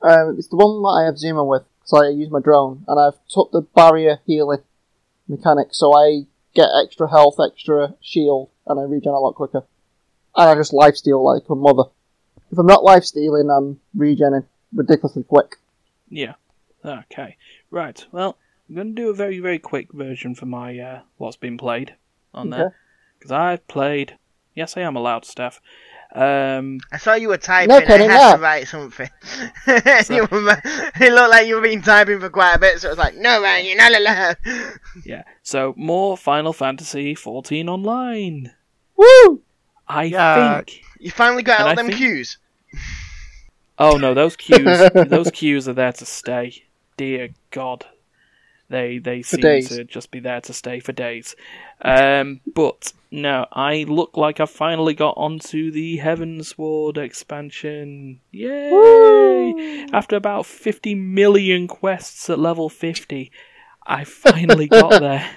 [SPEAKER 5] Um, it's the one that I have Zuma with, so I use my drone, and I've took the barrier healing mechanic, so I get extra health, extra shield, and I regen a lot quicker. And I just lifesteal like a mother. If I'm not lifestealing, I'm regening ridiculously quick.
[SPEAKER 2] Yeah. Okay. Right. Well, I'm going to do a very, very quick version for my uh, what's been played on there.
[SPEAKER 5] Okay.
[SPEAKER 2] there because I've played. Yes, I am allowed stuff. Um,
[SPEAKER 3] I saw you were typing.
[SPEAKER 5] No,
[SPEAKER 3] I
[SPEAKER 5] Kenny,
[SPEAKER 3] had
[SPEAKER 5] no.
[SPEAKER 3] to write something. <laughs> You were- it looked like you've been typing for quite a bit, so it was like, no, Ryan, you're not allowed. <laughs>
[SPEAKER 2] yeah. So more Final Fantasy 14 online.
[SPEAKER 5] Woo!
[SPEAKER 2] I
[SPEAKER 4] Yeah.
[SPEAKER 2] think.
[SPEAKER 3] You finally got
[SPEAKER 2] And
[SPEAKER 3] all
[SPEAKER 2] I
[SPEAKER 3] them
[SPEAKER 2] think-
[SPEAKER 3] cues.
[SPEAKER 2] Oh no, those cues. those cues are there to stay. Dear God, they they
[SPEAKER 5] For
[SPEAKER 2] seem
[SPEAKER 5] days.
[SPEAKER 2] to just be there to stay for days. Um, but no, I look like I finally got onto the Heavensward expansion. Yay! After about fifty million quests at level fifty, I finally
[SPEAKER 5] <laughs>
[SPEAKER 2] got there.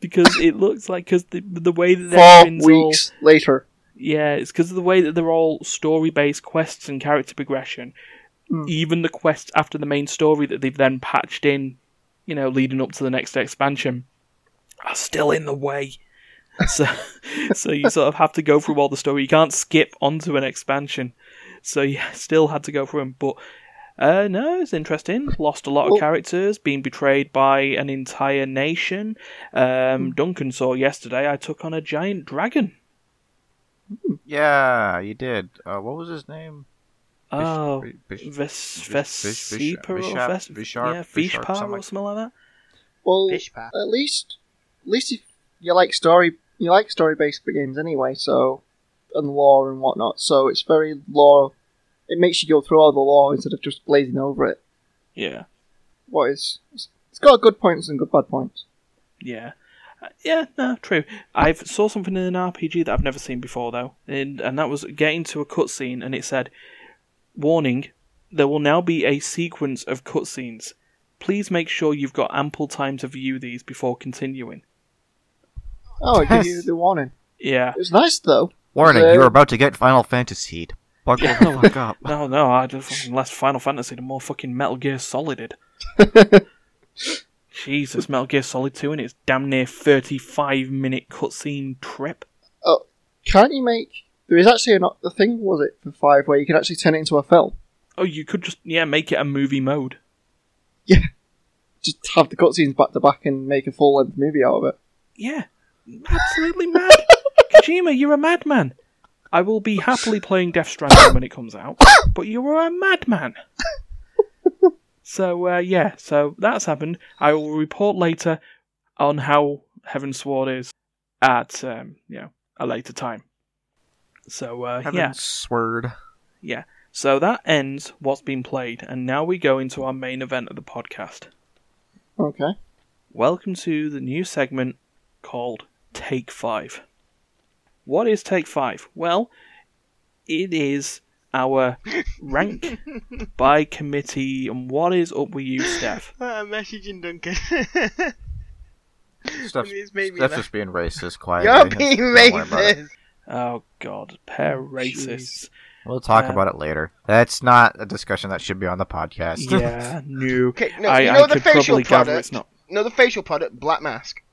[SPEAKER 2] Because it looks like because the the way that
[SPEAKER 5] Four
[SPEAKER 2] everything's all
[SPEAKER 5] weeks later.
[SPEAKER 2] yeah, it's because of the way that they're all story based quests and character progression.
[SPEAKER 5] Hmm.
[SPEAKER 2] Even the quests after the main story that they've then patched in, you know, leading up to the next expansion, are still in the way. <laughs> So, so you sort of have to go through all the story. You can't skip onto an expansion. So you <laughs> still had to go through them. But uh, no, it's interesting. Lost a lot of
[SPEAKER 5] Well-
[SPEAKER 2] characters, being betrayed by an entire nation.
[SPEAKER 5] Hmm.
[SPEAKER 2] Um, Duncan saw yesterday. I took on a giant dragon.
[SPEAKER 4] Yeah, you did. Uh, what was his name? Bish-
[SPEAKER 2] Oh,
[SPEAKER 4] Bi- Bish-
[SPEAKER 2] Ves-
[SPEAKER 4] Vis- Vis- Vish-
[SPEAKER 2] Vesipa or
[SPEAKER 4] Vishap-
[SPEAKER 2] Ves-
[SPEAKER 4] Visharp-
[SPEAKER 2] yeah, Vishpa
[SPEAKER 4] Visharp, something
[SPEAKER 2] or
[SPEAKER 4] like-
[SPEAKER 2] something like that.
[SPEAKER 5] Well,
[SPEAKER 3] Fish pack.
[SPEAKER 5] at least, at least if you like story, you like story-based games anyway. So, and lore and whatnot. So it's very lore. It makes you go through all the lore instead of just blazing over it.
[SPEAKER 2] Yeah,
[SPEAKER 5] What is? It's got good points and good bad points.
[SPEAKER 2] yeah, Uh, yeah. No, true. I've saw something in an RPG that I've never seen before though, and and that was getting to a cutscene, and it said, "Warning: There will now be a sequence of cutscenes. Please make sure you've got ample time to view these before continuing."
[SPEAKER 5] Oh, I give you the warning.
[SPEAKER 2] Yeah.
[SPEAKER 5] It was nice though.
[SPEAKER 4] Warning,
[SPEAKER 5] Uh,
[SPEAKER 4] you're about to get Final Fantasy. Buckle the fuck up.
[SPEAKER 2] No, no. I just fucking less Final Fantasy, the more fucking Metal Gear Solided. Jesus, Metal Gear Solid 2 and its damn near 35 minute cutscene trip.
[SPEAKER 5] Can't you make? There is actually not the thing was it for five where you can actually turn it into a film.
[SPEAKER 2] Oh, you could just, yeah, make it a movie mode.
[SPEAKER 5] Just have the cutscenes back to back and make a full-length movie out of it.
[SPEAKER 2] Yeah, absolutely mad. Kojima, you're a madman. I will be happily playing Death Stranding when it comes out, but you are a madman. So, uh, yeah, so that's happened. I will report later on how Heaven Sword is at, um, you know, a later time. So, uh, <laughs>
[SPEAKER 4] Heaven
[SPEAKER 2] yeah.
[SPEAKER 4] sword.
[SPEAKER 2] Yeah. So that ends what's been played, and now we go into our main event of the podcast.
[SPEAKER 5] Okay.
[SPEAKER 2] Welcome to the new segment called Take Five. What is Take Five? Well, it is our rank
[SPEAKER 3] <laughs>
[SPEAKER 2] by committee, and what is up with you, Steph?
[SPEAKER 3] I'm messaging
[SPEAKER 4] <laughs>
[SPEAKER 3] Duncan.
[SPEAKER 4] Steph's,
[SPEAKER 3] It's made me
[SPEAKER 4] Steph's
[SPEAKER 3] laugh.
[SPEAKER 4] just being racist quietly.
[SPEAKER 3] you're
[SPEAKER 4] Don't
[SPEAKER 3] being
[SPEAKER 4] worry about it.
[SPEAKER 3] racist.
[SPEAKER 2] Oh, God, pair racists.
[SPEAKER 4] We'll talk
[SPEAKER 2] Um,
[SPEAKER 4] about it later. That's not a discussion that should be on the podcast.
[SPEAKER 2] Yeah, no.
[SPEAKER 3] Okay, no,
[SPEAKER 2] I,
[SPEAKER 3] you know
[SPEAKER 2] I
[SPEAKER 3] the
[SPEAKER 2] could
[SPEAKER 3] facial
[SPEAKER 2] probably gather
[SPEAKER 3] product.
[SPEAKER 2] it's not.
[SPEAKER 3] Another facial product, Black Mask.
[SPEAKER 4] <laughs>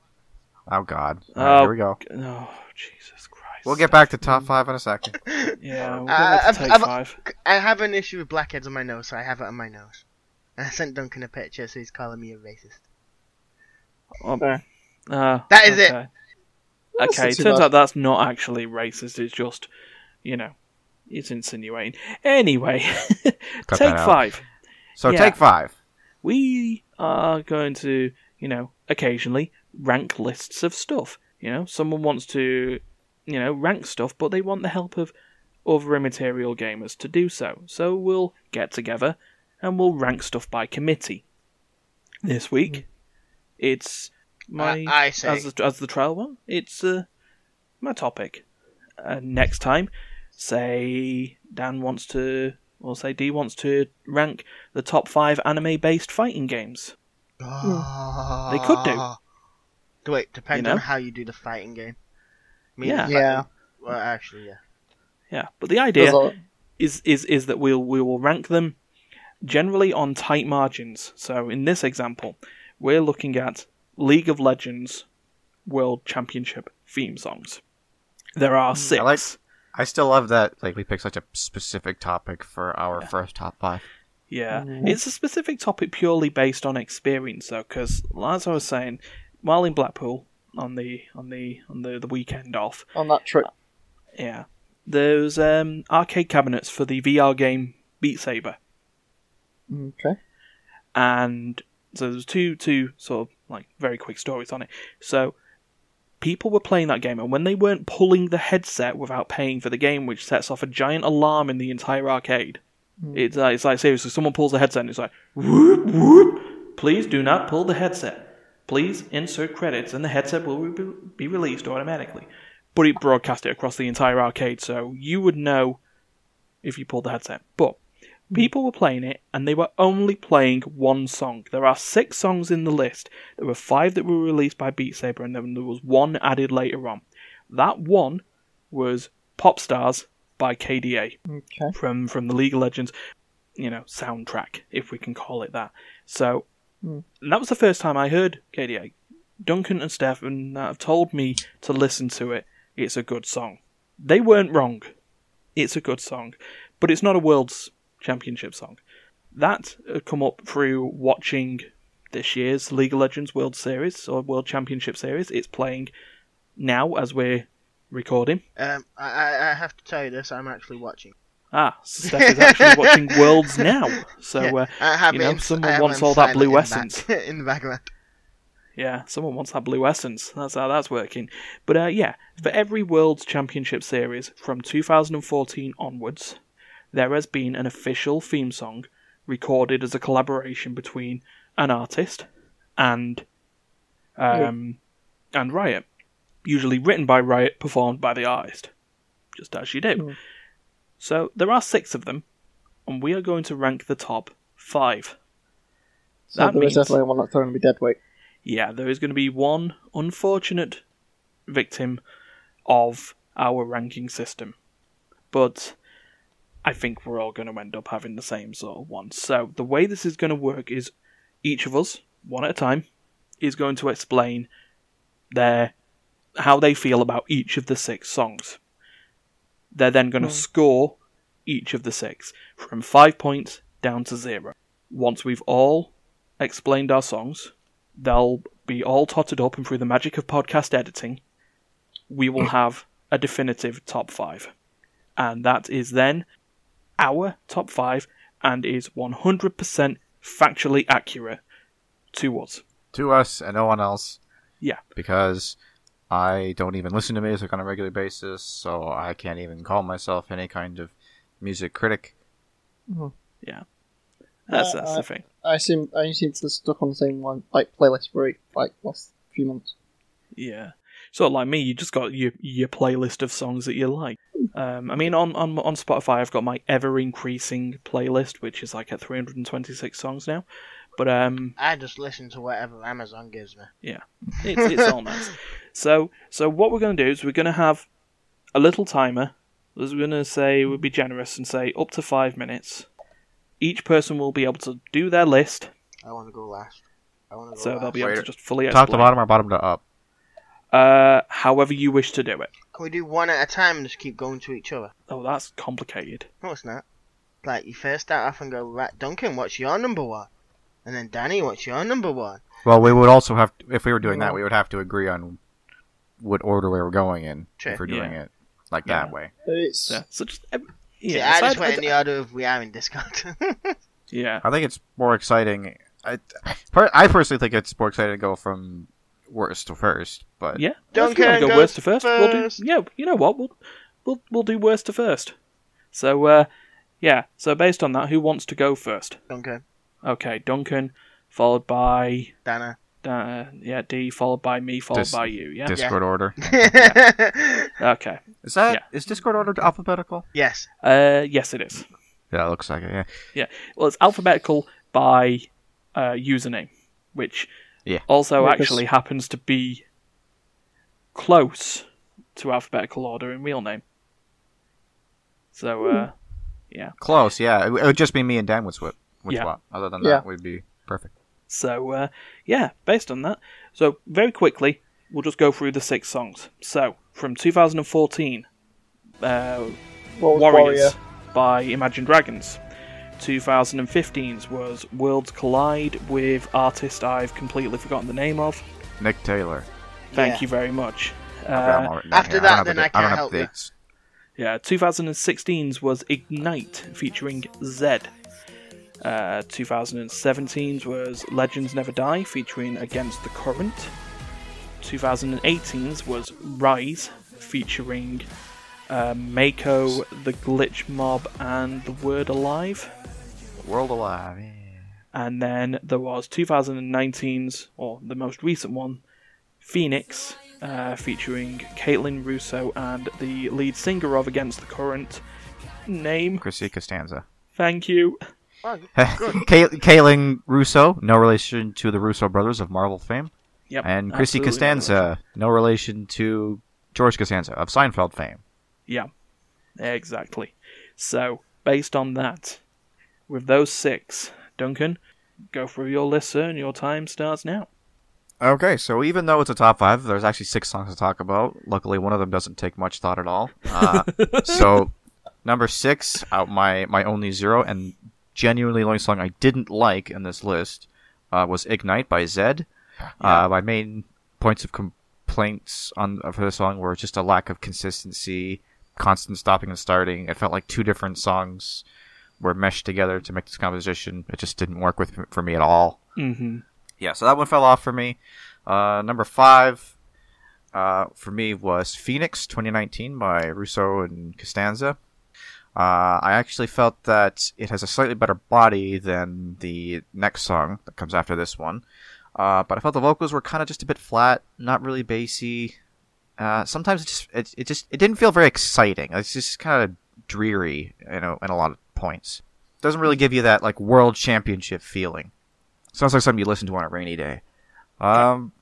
[SPEAKER 4] Oh God. All right,
[SPEAKER 2] Oh.
[SPEAKER 4] here we go.
[SPEAKER 2] Oh, Jesus Christ.
[SPEAKER 4] We'll get back to top five in a second.
[SPEAKER 2] Yeah, we'll get
[SPEAKER 3] Uh,
[SPEAKER 2] back to
[SPEAKER 3] I've-
[SPEAKER 2] take
[SPEAKER 3] I've-
[SPEAKER 2] 5
[SPEAKER 3] I have an issue with blackheads on my nose, so I have it on my nose. <laughs> And I sent Duncan a picture, so he's calling me a racist.
[SPEAKER 2] Um,
[SPEAKER 5] Fair.
[SPEAKER 2] uh,
[SPEAKER 3] That is it.
[SPEAKER 2] okay.
[SPEAKER 5] That's
[SPEAKER 2] Okay,
[SPEAKER 5] not
[SPEAKER 2] it
[SPEAKER 5] too
[SPEAKER 2] turns
[SPEAKER 5] bad.
[SPEAKER 2] out that's not actually racist. It's just, you know, it's insinuating. Anyway, <laughs>
[SPEAKER 4] Cut
[SPEAKER 2] take
[SPEAKER 4] that out.
[SPEAKER 2] five.
[SPEAKER 4] So
[SPEAKER 2] Yeah.
[SPEAKER 4] take five.
[SPEAKER 2] We are going to, you know, occasionally rank lists of stuff. You know, someone wants to, you know, rank stuff, but they want the help of other immaterial gamers to do so. So we'll get together and we'll rank stuff by committee. This
[SPEAKER 5] Hmm.
[SPEAKER 2] week, it's my
[SPEAKER 3] I, I say,
[SPEAKER 2] as the, as the trial one. It's uh, my topic. Uh, next time, say Dan wants to, or say D wants to rank the top five anime-based fighting games. They could do.
[SPEAKER 3] do it. Depends
[SPEAKER 2] You know?
[SPEAKER 3] on how you do the fighting game. I
[SPEAKER 2] Yeah.
[SPEAKER 3] fi-
[SPEAKER 5] Yeah.
[SPEAKER 3] Well, actually, yeah.
[SPEAKER 2] Yeah, but the idea
[SPEAKER 5] There's a-
[SPEAKER 2] is is is that we'll we will rank them generally on tight margins. So in this example, we're looking at League of Legends World Championship theme songs. There are six.
[SPEAKER 4] Hmm, I like- I still love that. Like we picked such a specific topic for our first top five.
[SPEAKER 2] Yeah,
[SPEAKER 4] Hmm.
[SPEAKER 2] it's a specific topic purely based on experience, though, because as I was saying, while in Blackpool on the on the on the, the weekend off,
[SPEAKER 5] on that trip.
[SPEAKER 2] yeah, there's um, arcade cabinets for the VR game Beat Saber,
[SPEAKER 5] Okay.
[SPEAKER 2] and so there's two two sort of like very quick stories on it. So people were playing that game, and when they weren't pulling the headset without paying for the game, which sets off a giant alarm in the entire arcade. It's like, it's like seriously, someone pulls the headset and it's like whoop whoop. Please do not pull the headset. Please insert credits, and the headset will re- be released automatically. But it broadcast it across the entire arcade, so you would know if you pulled the headset. But people were playing it, and they were only playing one song. There are six songs in the list. There were five that were released by Beat Saber, and then there was one added later on. That one was Pop Stars by KDA
[SPEAKER 5] Okay.
[SPEAKER 2] from from the League of Legends, you know, soundtrack, if we can call it that. So
[SPEAKER 5] Hmm.
[SPEAKER 2] and that was the first time I heard KDA. Duncan and Stefan that have told me to listen to it. It's a good song. They weren't wrong. It's a good song, but it's not a world's championship song. That uh, come up through watching this year's League of Legends World Series or World Championship Series. It's playing now as we're recording.
[SPEAKER 3] Um, I, I I have to tell you this. I'm actually watching.
[SPEAKER 2] Ah, Steph is actually watching Worlds now. So
[SPEAKER 3] Yeah.
[SPEAKER 2] uh,
[SPEAKER 3] I have
[SPEAKER 2] you
[SPEAKER 3] it
[SPEAKER 2] know,
[SPEAKER 3] in-
[SPEAKER 2] someone
[SPEAKER 3] I have
[SPEAKER 2] wants
[SPEAKER 3] it in
[SPEAKER 2] all that
[SPEAKER 3] silent
[SPEAKER 2] blue
[SPEAKER 3] in the
[SPEAKER 2] essence.
[SPEAKER 3] back- <laughs> in the background.
[SPEAKER 2] Yeah, someone wants that blue essence. That's how that's working. But uh, yeah, for every World Championship Series from 2014 onwards, there has been an official theme song recorded as a collaboration between an artist and um, and Riot. Usually written by Riot, performed by the artist, just as you do. So there are six of them, and we are going to rank the top five.
[SPEAKER 5] So
[SPEAKER 2] That
[SPEAKER 5] there was
[SPEAKER 2] means-
[SPEAKER 5] definitely one that's throwing me dead weight.
[SPEAKER 2] yeah, there is going to be one unfortunate victim of our ranking system. But I think we're all going to end up having the same sort of one. So the way this is going to work is each of us, one at a time, is going to explain their how they feel about each of the six songs. They're then going to score each of the six from five points down to zero. Once we've all explained our songs, they'll be all totted up, and through the magic of podcast editing, we will have a definitive top five. And that is then our top five and is 100% factually accurate to us.
[SPEAKER 4] To us and no one else.
[SPEAKER 2] Yeah.
[SPEAKER 4] Because I don't even listen to music on a regular basis, so I can't even call myself any kind of music critic.
[SPEAKER 2] That's,
[SPEAKER 5] Uh,
[SPEAKER 2] that's the thing.
[SPEAKER 5] I seem I seem to stuck on the same one like playlist for like last few months.
[SPEAKER 2] Yeah. So like me, you just got your your playlist of songs that you like. Um, I mean, on, on on Spotify, I've got my ever increasing playlist, which is like at 326 songs now. But um,
[SPEAKER 3] I just listen to whatever Amazon gives me.
[SPEAKER 2] it's, it's all nice. So, so what we're going to do is we're going to have a little timer. As we're going to say, we'll be generous and say up to five minutes. Each person will be able to do their list,
[SPEAKER 3] I want to go last. I want to go
[SPEAKER 2] so
[SPEAKER 3] last.
[SPEAKER 2] they'll be able to
[SPEAKER 4] Wait,
[SPEAKER 2] just fully
[SPEAKER 4] Top to
[SPEAKER 2] explain.
[SPEAKER 4] bottom or bottom to up?
[SPEAKER 2] Uh, however you wish to do it.
[SPEAKER 3] Can we do one at a time and just keep going to each other?
[SPEAKER 2] Oh, that's complicated.
[SPEAKER 3] No, it's not. Like, you first start off and go, right, Duncan, what's your number one? And then, Danny, what's your number one?
[SPEAKER 4] Well, we would also have if we were doing that, we would have to agree on what order we were going in
[SPEAKER 3] Sure.
[SPEAKER 4] if we're doing
[SPEAKER 2] Yeah.
[SPEAKER 4] it like
[SPEAKER 2] Yeah.
[SPEAKER 4] that way.
[SPEAKER 5] But it's
[SPEAKER 2] Yeah. So just, ev-
[SPEAKER 3] See,
[SPEAKER 2] yeah.
[SPEAKER 3] I
[SPEAKER 2] so
[SPEAKER 3] just
[SPEAKER 2] I-
[SPEAKER 3] went
[SPEAKER 2] I-
[SPEAKER 3] in the order of we are in Discord. <laughs>
[SPEAKER 2] yeah.
[SPEAKER 4] I think it's more exciting. I, per- I personally think it's more exciting to go from worst to first, but
[SPEAKER 2] Yeah.
[SPEAKER 3] Duncan
[SPEAKER 2] if you want to go
[SPEAKER 3] goes
[SPEAKER 2] worst to 1st we'll
[SPEAKER 3] first.
[SPEAKER 2] do. Yeah, you know what? We'll we'll we'll do worst to first. So uh, yeah. So based on that, who wants to go first?
[SPEAKER 3] Duncan,
[SPEAKER 2] Okay, Duncan, followed by
[SPEAKER 3] Dana.
[SPEAKER 2] uh, yeah D, followed by me, followed
[SPEAKER 4] Dis-
[SPEAKER 2] by you. Yeah.
[SPEAKER 4] Discord order
[SPEAKER 2] <laughs> okay.
[SPEAKER 4] is that is
[SPEAKER 2] Yeah.
[SPEAKER 4] Discord order alphabetical?
[SPEAKER 3] yes.
[SPEAKER 2] Uh, yes, it is.
[SPEAKER 4] Yeah, it looks like it. Yeah,
[SPEAKER 2] Well, it's alphabetical by uh, username, which
[SPEAKER 4] Yeah.
[SPEAKER 2] also
[SPEAKER 5] Yeah, 'cause-
[SPEAKER 2] actually happens to be close to alphabetical order in real name. So,
[SPEAKER 5] Hmm.
[SPEAKER 2] uh,
[SPEAKER 4] close. Yeah, it, it would just be me and Dan would swap. Would
[SPEAKER 2] Yeah.
[SPEAKER 4] swap. Other than
[SPEAKER 5] Yeah.
[SPEAKER 4] that, we'd be perfect.
[SPEAKER 2] so uh, yeah, based on that. So very quickly, we'll just go through the six songs. So from 2014, uh,
[SPEAKER 5] what was
[SPEAKER 2] Warriors
[SPEAKER 5] Warrior.
[SPEAKER 2] by Imagine Dragons. 2015's was Worlds Collide with artist I've completely forgotten the name of.
[SPEAKER 4] Nick Taylor.
[SPEAKER 2] Thank
[SPEAKER 3] Yeah.
[SPEAKER 2] you very much.
[SPEAKER 4] Okay, I'm
[SPEAKER 2] Uh,
[SPEAKER 4] all written down
[SPEAKER 3] after
[SPEAKER 4] here.
[SPEAKER 3] that,
[SPEAKER 4] don't have
[SPEAKER 3] then
[SPEAKER 4] the-
[SPEAKER 3] I can't
[SPEAKER 4] don't have
[SPEAKER 3] help
[SPEAKER 4] the
[SPEAKER 3] you.
[SPEAKER 4] dates.
[SPEAKER 2] yeah, 2016's was Ignite featuring Zed. Uh, 2017's was Legends Never Die featuring Against the Current. 2018's was Rise featuring uh, Mako, The Glitch Mob, and The Word Alive.
[SPEAKER 4] World Alive. Yeah.
[SPEAKER 2] And then there was 2019's, or the most recent one, Phoenix, uh, featuring Caitlin Russo and the lead singer of Against the Current. Name,
[SPEAKER 4] Chrissy Costanza.
[SPEAKER 2] thank you.
[SPEAKER 3] Oh,
[SPEAKER 4] <laughs> Kay- Kaylin Russo, no relation to the Russo brothers of Marvel fame,
[SPEAKER 2] Yep,
[SPEAKER 4] and Chrissy
[SPEAKER 2] absolutely.
[SPEAKER 4] Costanza, no relation to George Costanza of Seinfeld fame.
[SPEAKER 2] Yeah, exactly. So, based on that, with those six, Duncan, go through your list, sir, and your time starts now.
[SPEAKER 4] Okay, so even though it's a top five, there's actually six songs to talk about. Luckily, one of them doesn't take much thought at all. Uh, so, number six, out my my only zero, and genuinely the only song I didn't like in this list uh, was "Ignite" by Zed. Uh, my main points of complaints on uh, for the song were just a lack of consistency, constant stopping and starting. It felt like two different songs were meshed together to make this composition. It just didn't work with for me at all
[SPEAKER 2] Mm-hmm.
[SPEAKER 4] yeah, so that one fell off for me. Uh, number five uh, for me was Phoenix 2019 by Russo and Costanza. Uh, I actually felt that it has a slightly better body than the next song that comes after this one. Uh, but I felt the vocals were kind of just a bit flat, not really bassy. Uh, sometimes it just it, it just it didn't feel very exciting. It's just kind of dreary, you know, in a lot of points. Doesn't really give you that like world championship feeling. Sounds like something you listen to on a rainy day. Um,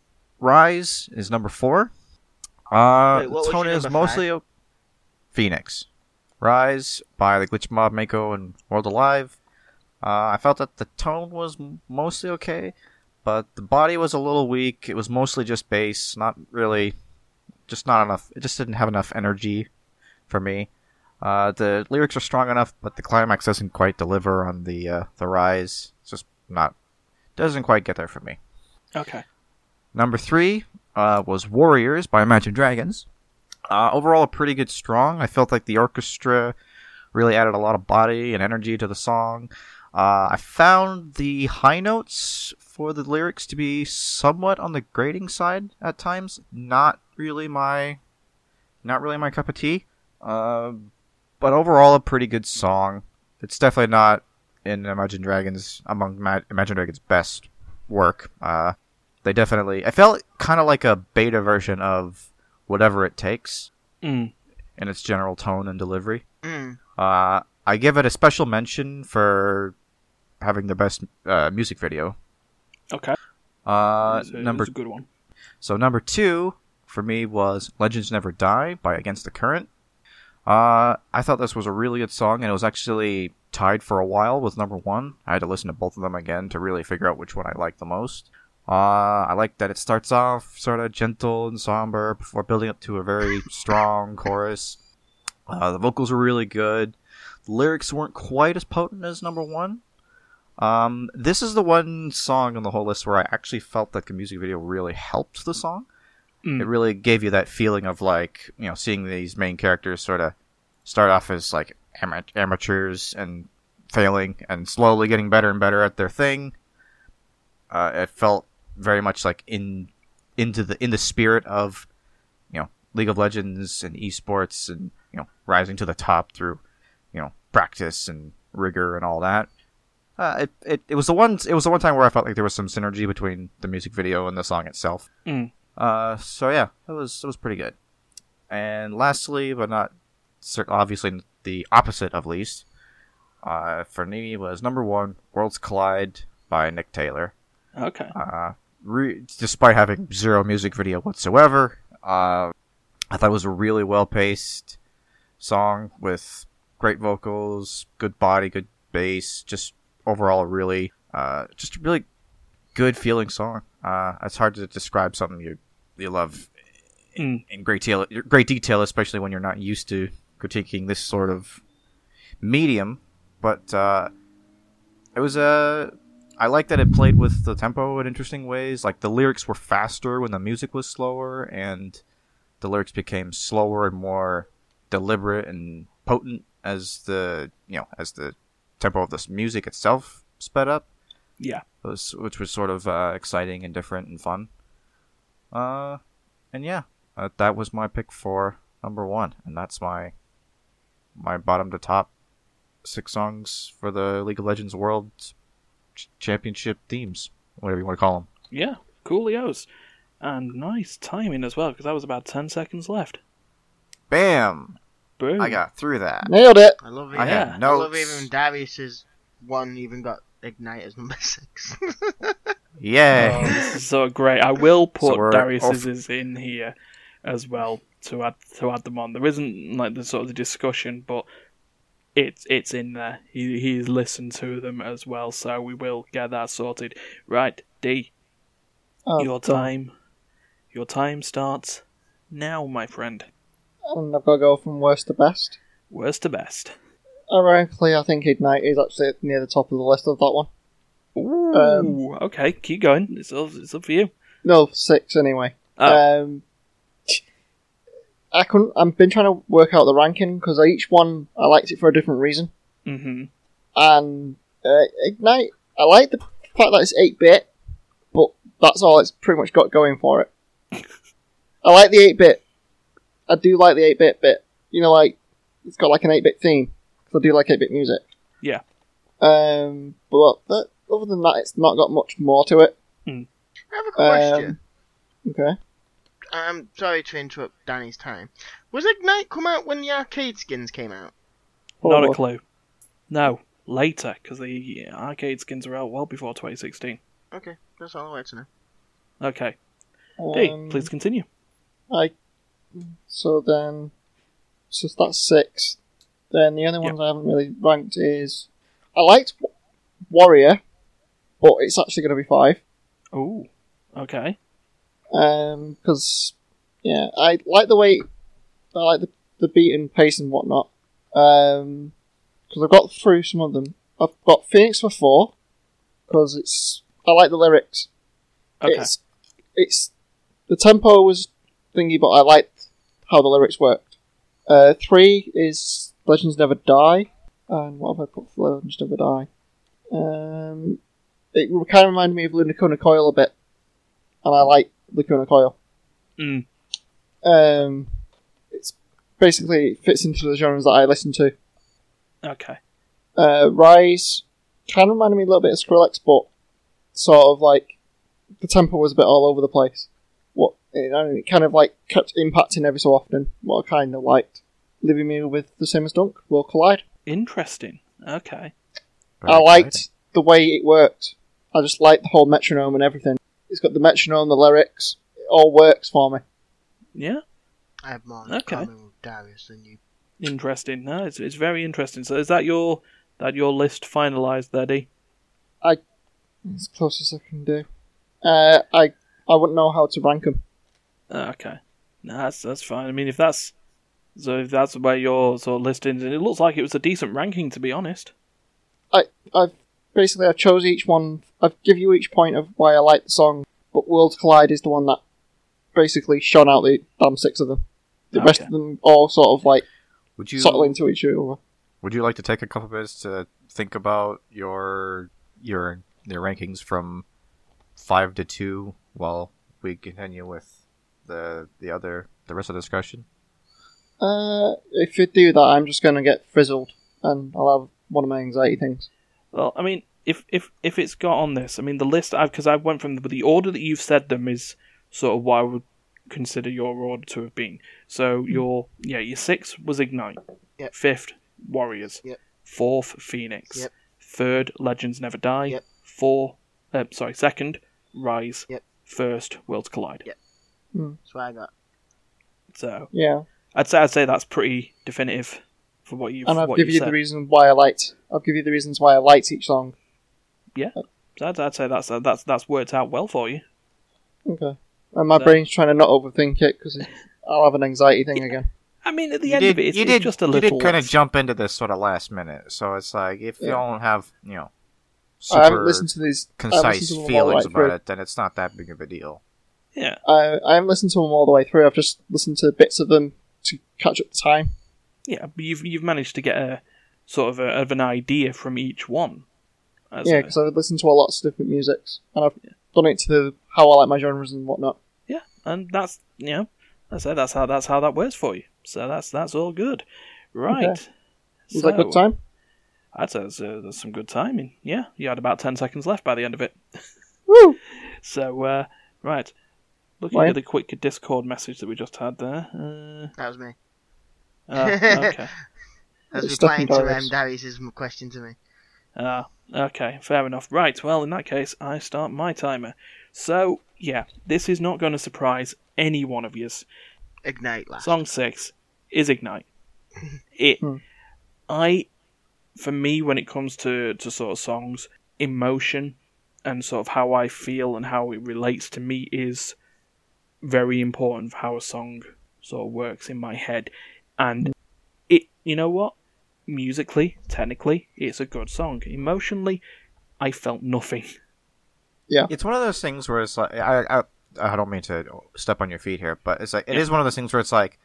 [SPEAKER 4] Rise is number four. Uh,
[SPEAKER 3] Wait, what was
[SPEAKER 4] the tone
[SPEAKER 3] your
[SPEAKER 4] is
[SPEAKER 3] number
[SPEAKER 4] mostly o- Phoenix. Rise by the Glitch Mob, Mako, and World Alive. Uh, I felt that the tone was m- mostly okay, but the body was a little weak. It was mostly just bass, not really, just not enough. It just didn't have enough energy for me. Uh, the lyrics are strong enough, but the climax doesn't quite deliver on the uh, the rise. It's just not doesn't quite get there for me.
[SPEAKER 2] Okay.
[SPEAKER 4] Number three uh, was Warriors by Imagine Dragons. Uh, overall, a pretty good strong. I felt like the orchestra really added a lot of body and energy to the song. Uh, I found the high notes for the lyrics to be somewhat on the grating side at times. Not really my, not really my cup of tea. Uh, but overall, a pretty good song. It's definitely not in Imagine Dragons among Ma- Imagine Dragons' best work. Uh, they definitely. I felt kind of like a beta version of whatever it takes
[SPEAKER 2] Mm.
[SPEAKER 4] in its general tone and delivery.
[SPEAKER 3] mm,
[SPEAKER 4] Uh, I give it a special mention for having the best uh, music video.
[SPEAKER 2] Okay.
[SPEAKER 4] Uh,
[SPEAKER 2] That's a-
[SPEAKER 4] number
[SPEAKER 2] that's a good one.
[SPEAKER 4] so number two for me was "Legends Never Die" by Against the Current. Uh, I thought this was a really good song, and it was actually tied for a while with number one. I had to listen to both of them again to really figure out which one I liked the most. Uh, I like that it starts off sort of gentle and somber before building up to a very strong chorus. Uh, the vocals were really good. The lyrics weren't quite as potent as number one. Um, this is the one song on the whole list where I actually felt that the music video really helped the song.
[SPEAKER 2] Mm.
[SPEAKER 4] It really gave you that feeling of like you know seeing these main characters sort of start off as like ama- amateurs and failing and slowly getting better and better at their thing. Uh, it felt very much like in into the in the spirit of you know League of Legends and esports and you know rising to the top through you know practice and rigor and all that. Uh, it, it it was the one it was the one time where I felt like there was some synergy between the music video and the song itself.
[SPEAKER 2] Mm.
[SPEAKER 4] Uh, so yeah, it was it was pretty good. And lastly, but not cer- obviously the opposite of least, uh, for me was number one, Worlds Collide by Nick Taylor
[SPEAKER 2] Okay.
[SPEAKER 4] uh, re- despite having zero music video whatsoever. Uh, I thought it was a really well paced song with great vocals, good body, good bass, just overall really, uh, just a really good feeling song. Uh, it's hard to describe something you you love in, in great detail, great detail, especially when you're not used to critiquing this sort of medium. But uh, it was a I like that it played with the tempo in interesting ways. Like the lyrics were faster when the music was slower, and the lyrics became slower and more deliberate and potent as the you know as the tempo of this music itself sped up.
[SPEAKER 2] Yeah.
[SPEAKER 4] It was- which was sort of uh, exciting and different and fun. Uh, and yeah, uh, that was my pick for number one, and that's my my bottom to top six songs for the League of Legends World Ch- Championship themes, whatever you want to call them.
[SPEAKER 2] Yeah. Coolios. And nice timing as well, because that was about 10 seconds left.
[SPEAKER 4] Bam!
[SPEAKER 2] Boom.
[SPEAKER 4] I got through that.
[SPEAKER 5] Nailed it.
[SPEAKER 3] I love it.
[SPEAKER 4] I
[SPEAKER 2] Yeah.
[SPEAKER 4] had
[SPEAKER 3] I love
[SPEAKER 4] notes.
[SPEAKER 3] even Darius's one even got Ignite as number <laughs> six.
[SPEAKER 2] Oh,
[SPEAKER 4] Yay!
[SPEAKER 2] this is so great. I will put
[SPEAKER 4] we're
[SPEAKER 2] Darius's is in here as well to add to add them on. There isn't like the sort of the discussion, but it's it's in there. He he's listened to them as well, so we will get that sorted. Right, D,
[SPEAKER 5] Oh,
[SPEAKER 2] your time, your time starts now, my friend.
[SPEAKER 5] And I've got to go from worst to best.
[SPEAKER 2] Worst to best.
[SPEAKER 5] Ironically, I think Ignite is actually near the top of the list of that one.
[SPEAKER 2] Ooh, Um, okay, keep going. It's up, it's up for you.
[SPEAKER 5] No, six anyway.
[SPEAKER 2] Oh,
[SPEAKER 5] Um, I couldn't. I've been trying to work out the ranking because each one I liked it for a different reason.
[SPEAKER 2] mm-hmm.
[SPEAKER 5] And uh, Ignite, I like the fact that it's eight bit, but that's all it's pretty much got going for
[SPEAKER 2] <laughs>
[SPEAKER 5] it. I like the eight bit. I do like the eight bit bit. You know, like it's got like an eight bit theme. 'cause I do like eight bit music.
[SPEAKER 2] Yeah.
[SPEAKER 5] Um, but that, other than that, it's not got much more to it.
[SPEAKER 3] I have a question.
[SPEAKER 5] Um, okay.
[SPEAKER 3] I'm sorry to interrupt Danny's time. Was Ignite come out when the arcade skins came out?
[SPEAKER 2] Not a
[SPEAKER 5] Probably.
[SPEAKER 2] clue. No, later, because the arcade skins are out well before 2016.
[SPEAKER 3] Okay, that's all I wanted to know.
[SPEAKER 2] Okay. D,
[SPEAKER 5] Um,
[SPEAKER 2] please continue.
[SPEAKER 5] I. So then, so that's six. Then the other
[SPEAKER 2] Yeah.
[SPEAKER 5] ones I haven't really ranked is I liked Wa- Warrior, but it's actually going to be five.
[SPEAKER 2] Oh, okay.
[SPEAKER 5] Um, because yeah, I like the way I like the the beat and pace and whatnot. Um, because I've got through some of them. I've got Phoenix for four because it's I like the lyrics.
[SPEAKER 2] Okay.
[SPEAKER 5] It's it's the tempo was thingy, but I liked how the lyrics worked. Uh, three is Legends Never Die, and what have I put for Legends Never Die? Um, it kind of reminded me of Lunacona Coil a bit, and I like Lunacona Coil.
[SPEAKER 2] Mm.
[SPEAKER 5] Um, it's basically it fits into the genres that I listen to.
[SPEAKER 2] Okay.
[SPEAKER 5] Uh, Rise kind of reminded me a little bit of Skrillex, but sort of like the tempo was a bit all over the place. What you know, it kind of like kept impacting every so often. What I kind of liked, leaving me with the same as Dunk will collide.
[SPEAKER 2] Interesting. Okay.
[SPEAKER 4] Very
[SPEAKER 5] I liked
[SPEAKER 4] exciting.
[SPEAKER 5] the way it worked. I just liked the whole metronome and everything. It's got the metronome, the lyrics. It all works for me.
[SPEAKER 2] Yeah.
[SPEAKER 3] I have more in
[SPEAKER 2] Okay.
[SPEAKER 3] common with Darius than you.
[SPEAKER 2] Interesting. No, it's, it's very interesting. So is that your that your list finalized there, D?
[SPEAKER 4] Mm.
[SPEAKER 5] It's as close as I can do. Uh, I I wouldn't know how to rank them.
[SPEAKER 2] Ah, Okay, no, that's that's fine. I mean, if that's so, if that's where your sort of listings, and it looks like it was a decent ranking, to be honest.
[SPEAKER 5] Basically, I chose each one. I give you each point of why I like the song, but World Collide is the one that basically shone out the damn six of them. The rest
[SPEAKER 2] Okay.
[SPEAKER 5] of them all sort of like
[SPEAKER 4] Would you
[SPEAKER 5] settle into each other.
[SPEAKER 4] Would you like to take a couple minutes to think about your your your rankings from five to two while we continue with the the other the rest of the discussion?
[SPEAKER 5] Uh, if you do that, I'm just gonna get frizzled, and I'll have one of my anxiety things.
[SPEAKER 2] Well, I mean, if if if it's got on this, I mean, the list I've because I went from the, the order that you've said them is sort of what I would consider your order to have been. So your yeah, your sixth was ignite,
[SPEAKER 3] Yep.
[SPEAKER 2] fifth warriors,
[SPEAKER 3] Yep.
[SPEAKER 2] fourth phoenix,
[SPEAKER 3] Yep.
[SPEAKER 2] third legends never die,
[SPEAKER 3] Yep.
[SPEAKER 2] four uh, sorry second rise,
[SPEAKER 3] Yep.
[SPEAKER 2] first worlds collide.
[SPEAKER 3] Yep. That's what I got.
[SPEAKER 2] So
[SPEAKER 5] Yeah,
[SPEAKER 2] I'd say I'd say that's pretty definitive for what you've
[SPEAKER 5] and I'll
[SPEAKER 2] what
[SPEAKER 5] give
[SPEAKER 2] you've
[SPEAKER 5] you
[SPEAKER 2] said.
[SPEAKER 5] the reason why I liked. I'll give you the reasons why I liked each song.
[SPEAKER 2] So I'd, I'd say that's that's that's worked out well for you.
[SPEAKER 5] Okay, and my
[SPEAKER 2] No.
[SPEAKER 5] brain's trying to not overthink it because I'll have an anxiety thing again.
[SPEAKER 2] I mean, at the
[SPEAKER 4] you
[SPEAKER 2] end
[SPEAKER 4] did,
[SPEAKER 2] of it, it's,
[SPEAKER 4] you
[SPEAKER 2] it's
[SPEAKER 4] did,
[SPEAKER 2] just a
[SPEAKER 4] you
[SPEAKER 2] little.
[SPEAKER 4] did kind of jump into this sort of last minute, so it's like if you
[SPEAKER 5] Yeah.
[SPEAKER 4] don't have you know
[SPEAKER 5] I haven't
[SPEAKER 4] super
[SPEAKER 5] listened to these I haven't
[SPEAKER 4] concise
[SPEAKER 5] listened to them all the
[SPEAKER 4] feelings
[SPEAKER 5] way through.
[SPEAKER 4] about it, then it's not that big of a deal.
[SPEAKER 2] yeah.
[SPEAKER 5] I, I haven't listened to them all the way through. I've just listened to bits of them to catch up the time.
[SPEAKER 2] Yeah, but you've you've managed to get a sort of, a, of an idea from each one. As
[SPEAKER 5] Yeah,
[SPEAKER 2] a-
[SPEAKER 5] because I've listened to a lot of different musics, and I've done it to the, how I like my genres and whatnot.
[SPEAKER 2] yeah, and that's you know, that's how that's how that's how that works for you. So that's that's all good, right?
[SPEAKER 5] Was that good time?
[SPEAKER 2] That's, that's, uh, that's some good timing. Yeah, you had about ten seconds left by the end of it.
[SPEAKER 5] Woo!
[SPEAKER 2] So uh, right, looking
[SPEAKER 5] Right.
[SPEAKER 2] at the quick Discord message that we just had there. Uh,
[SPEAKER 3] That was me.
[SPEAKER 5] <laughs>
[SPEAKER 2] ah, okay.
[SPEAKER 3] That was
[SPEAKER 5] It's stuck in
[SPEAKER 3] replying to um,
[SPEAKER 5] Darius.
[SPEAKER 3] Darius's question to me.
[SPEAKER 2] Ah, okay, fair enough. Right, well, in that case, I start my timer. So, yeah, this is not going to surprise any one of you.
[SPEAKER 3] Ignite last.
[SPEAKER 2] Song 6 is Ignite. It,
[SPEAKER 5] Hmm.
[SPEAKER 2] I, for me, when it comes to, to sort of songs, emotion and sort of how I feel and how it relates to me is very important for how a song sort of works in my head. And it, you know what? Musically, technically, it's a good song. Emotionally, I felt nothing.
[SPEAKER 4] It's one of those things where it's like I I, I don't mean to step on your feet here, but it's like it is
[SPEAKER 2] Yeah.
[SPEAKER 4] one of those things where it's like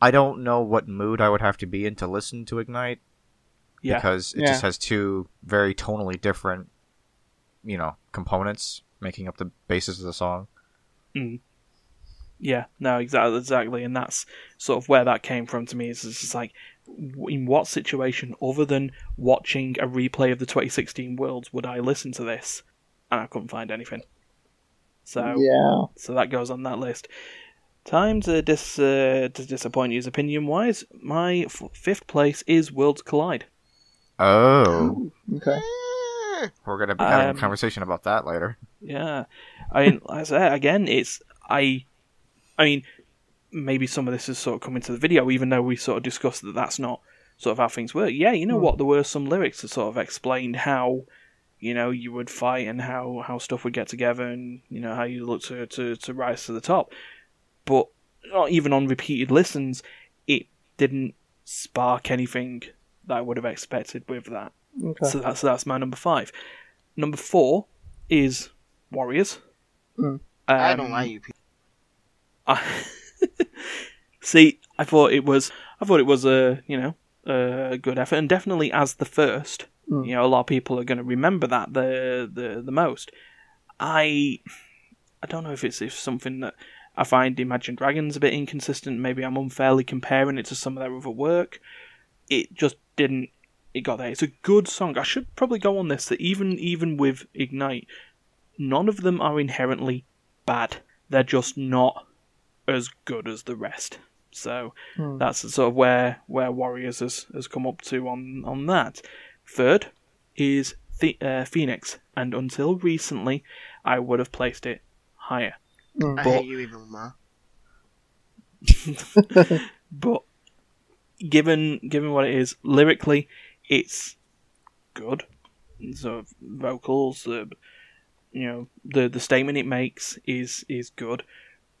[SPEAKER 4] I don't know what mood I would have to be in to listen to Ignite
[SPEAKER 2] Yeah.
[SPEAKER 4] because it
[SPEAKER 5] Yeah.
[SPEAKER 4] just has two very tonally different, you know, components making up the basis of the song.
[SPEAKER 2] Yeah, no, exactly, exactly, and that's sort of where that came from to me. Is it's just like, w- in what situation other than watching a replay of the 2016 Worlds would I listen to this? And I couldn't find anything. So,
[SPEAKER 5] Yeah.
[SPEAKER 2] so that goes on that list. Time to dis uh, to disappoint you, opinion wise. My f- fifth place is Worlds Collide.
[SPEAKER 4] Oh,
[SPEAKER 5] Okay.
[SPEAKER 3] Ah,
[SPEAKER 4] we're gonna be having
[SPEAKER 2] Um,
[SPEAKER 4] a conversation about that later.
[SPEAKER 2] Yeah, I mean, like I say again, it's I, I mean, maybe some of this is sort of coming to the video, even though we sort of discussed that that's not sort of how things work. Yeah, you know what? There were some lyrics that sort of explained how, you know, you would fight and how how stuff would get together and you know how you look to to to rise to the top, but not even on repeated listens, it didn't spark anything that I would have expected with that.
[SPEAKER 5] Okay.
[SPEAKER 2] So that's that's my number five. Number four is Warriors.
[SPEAKER 5] Hmm.
[SPEAKER 3] I
[SPEAKER 2] Um,
[SPEAKER 3] don't like you people.
[SPEAKER 2] I- <laughs> See, I thought it was I thought it was a you know a good effort, and definitely as the first.
[SPEAKER 5] Hmm.
[SPEAKER 2] You know, a lot of people are going to remember that the the the most. I I don't know if it's if something that I find Imagine Dragons a bit inconsistent. Maybe I'm unfairly comparing it to some of their other work. It just didn't. It got there. It's a good song. I should probably go on this that even even with Ignite, none of them are inherently bad. They're just not as good as the rest. So
[SPEAKER 5] Hmm.
[SPEAKER 2] that's sort of where where Warriors has, has come up to on on that. Third is the, uh, Phoenix, and until recently, I would have placed it higher.
[SPEAKER 5] hmm.
[SPEAKER 3] I
[SPEAKER 2] but-
[SPEAKER 3] hate you even more.
[SPEAKER 2] but given given what it is lyrically, it's good. So vocals, uh, you know the the statement it makes is is good,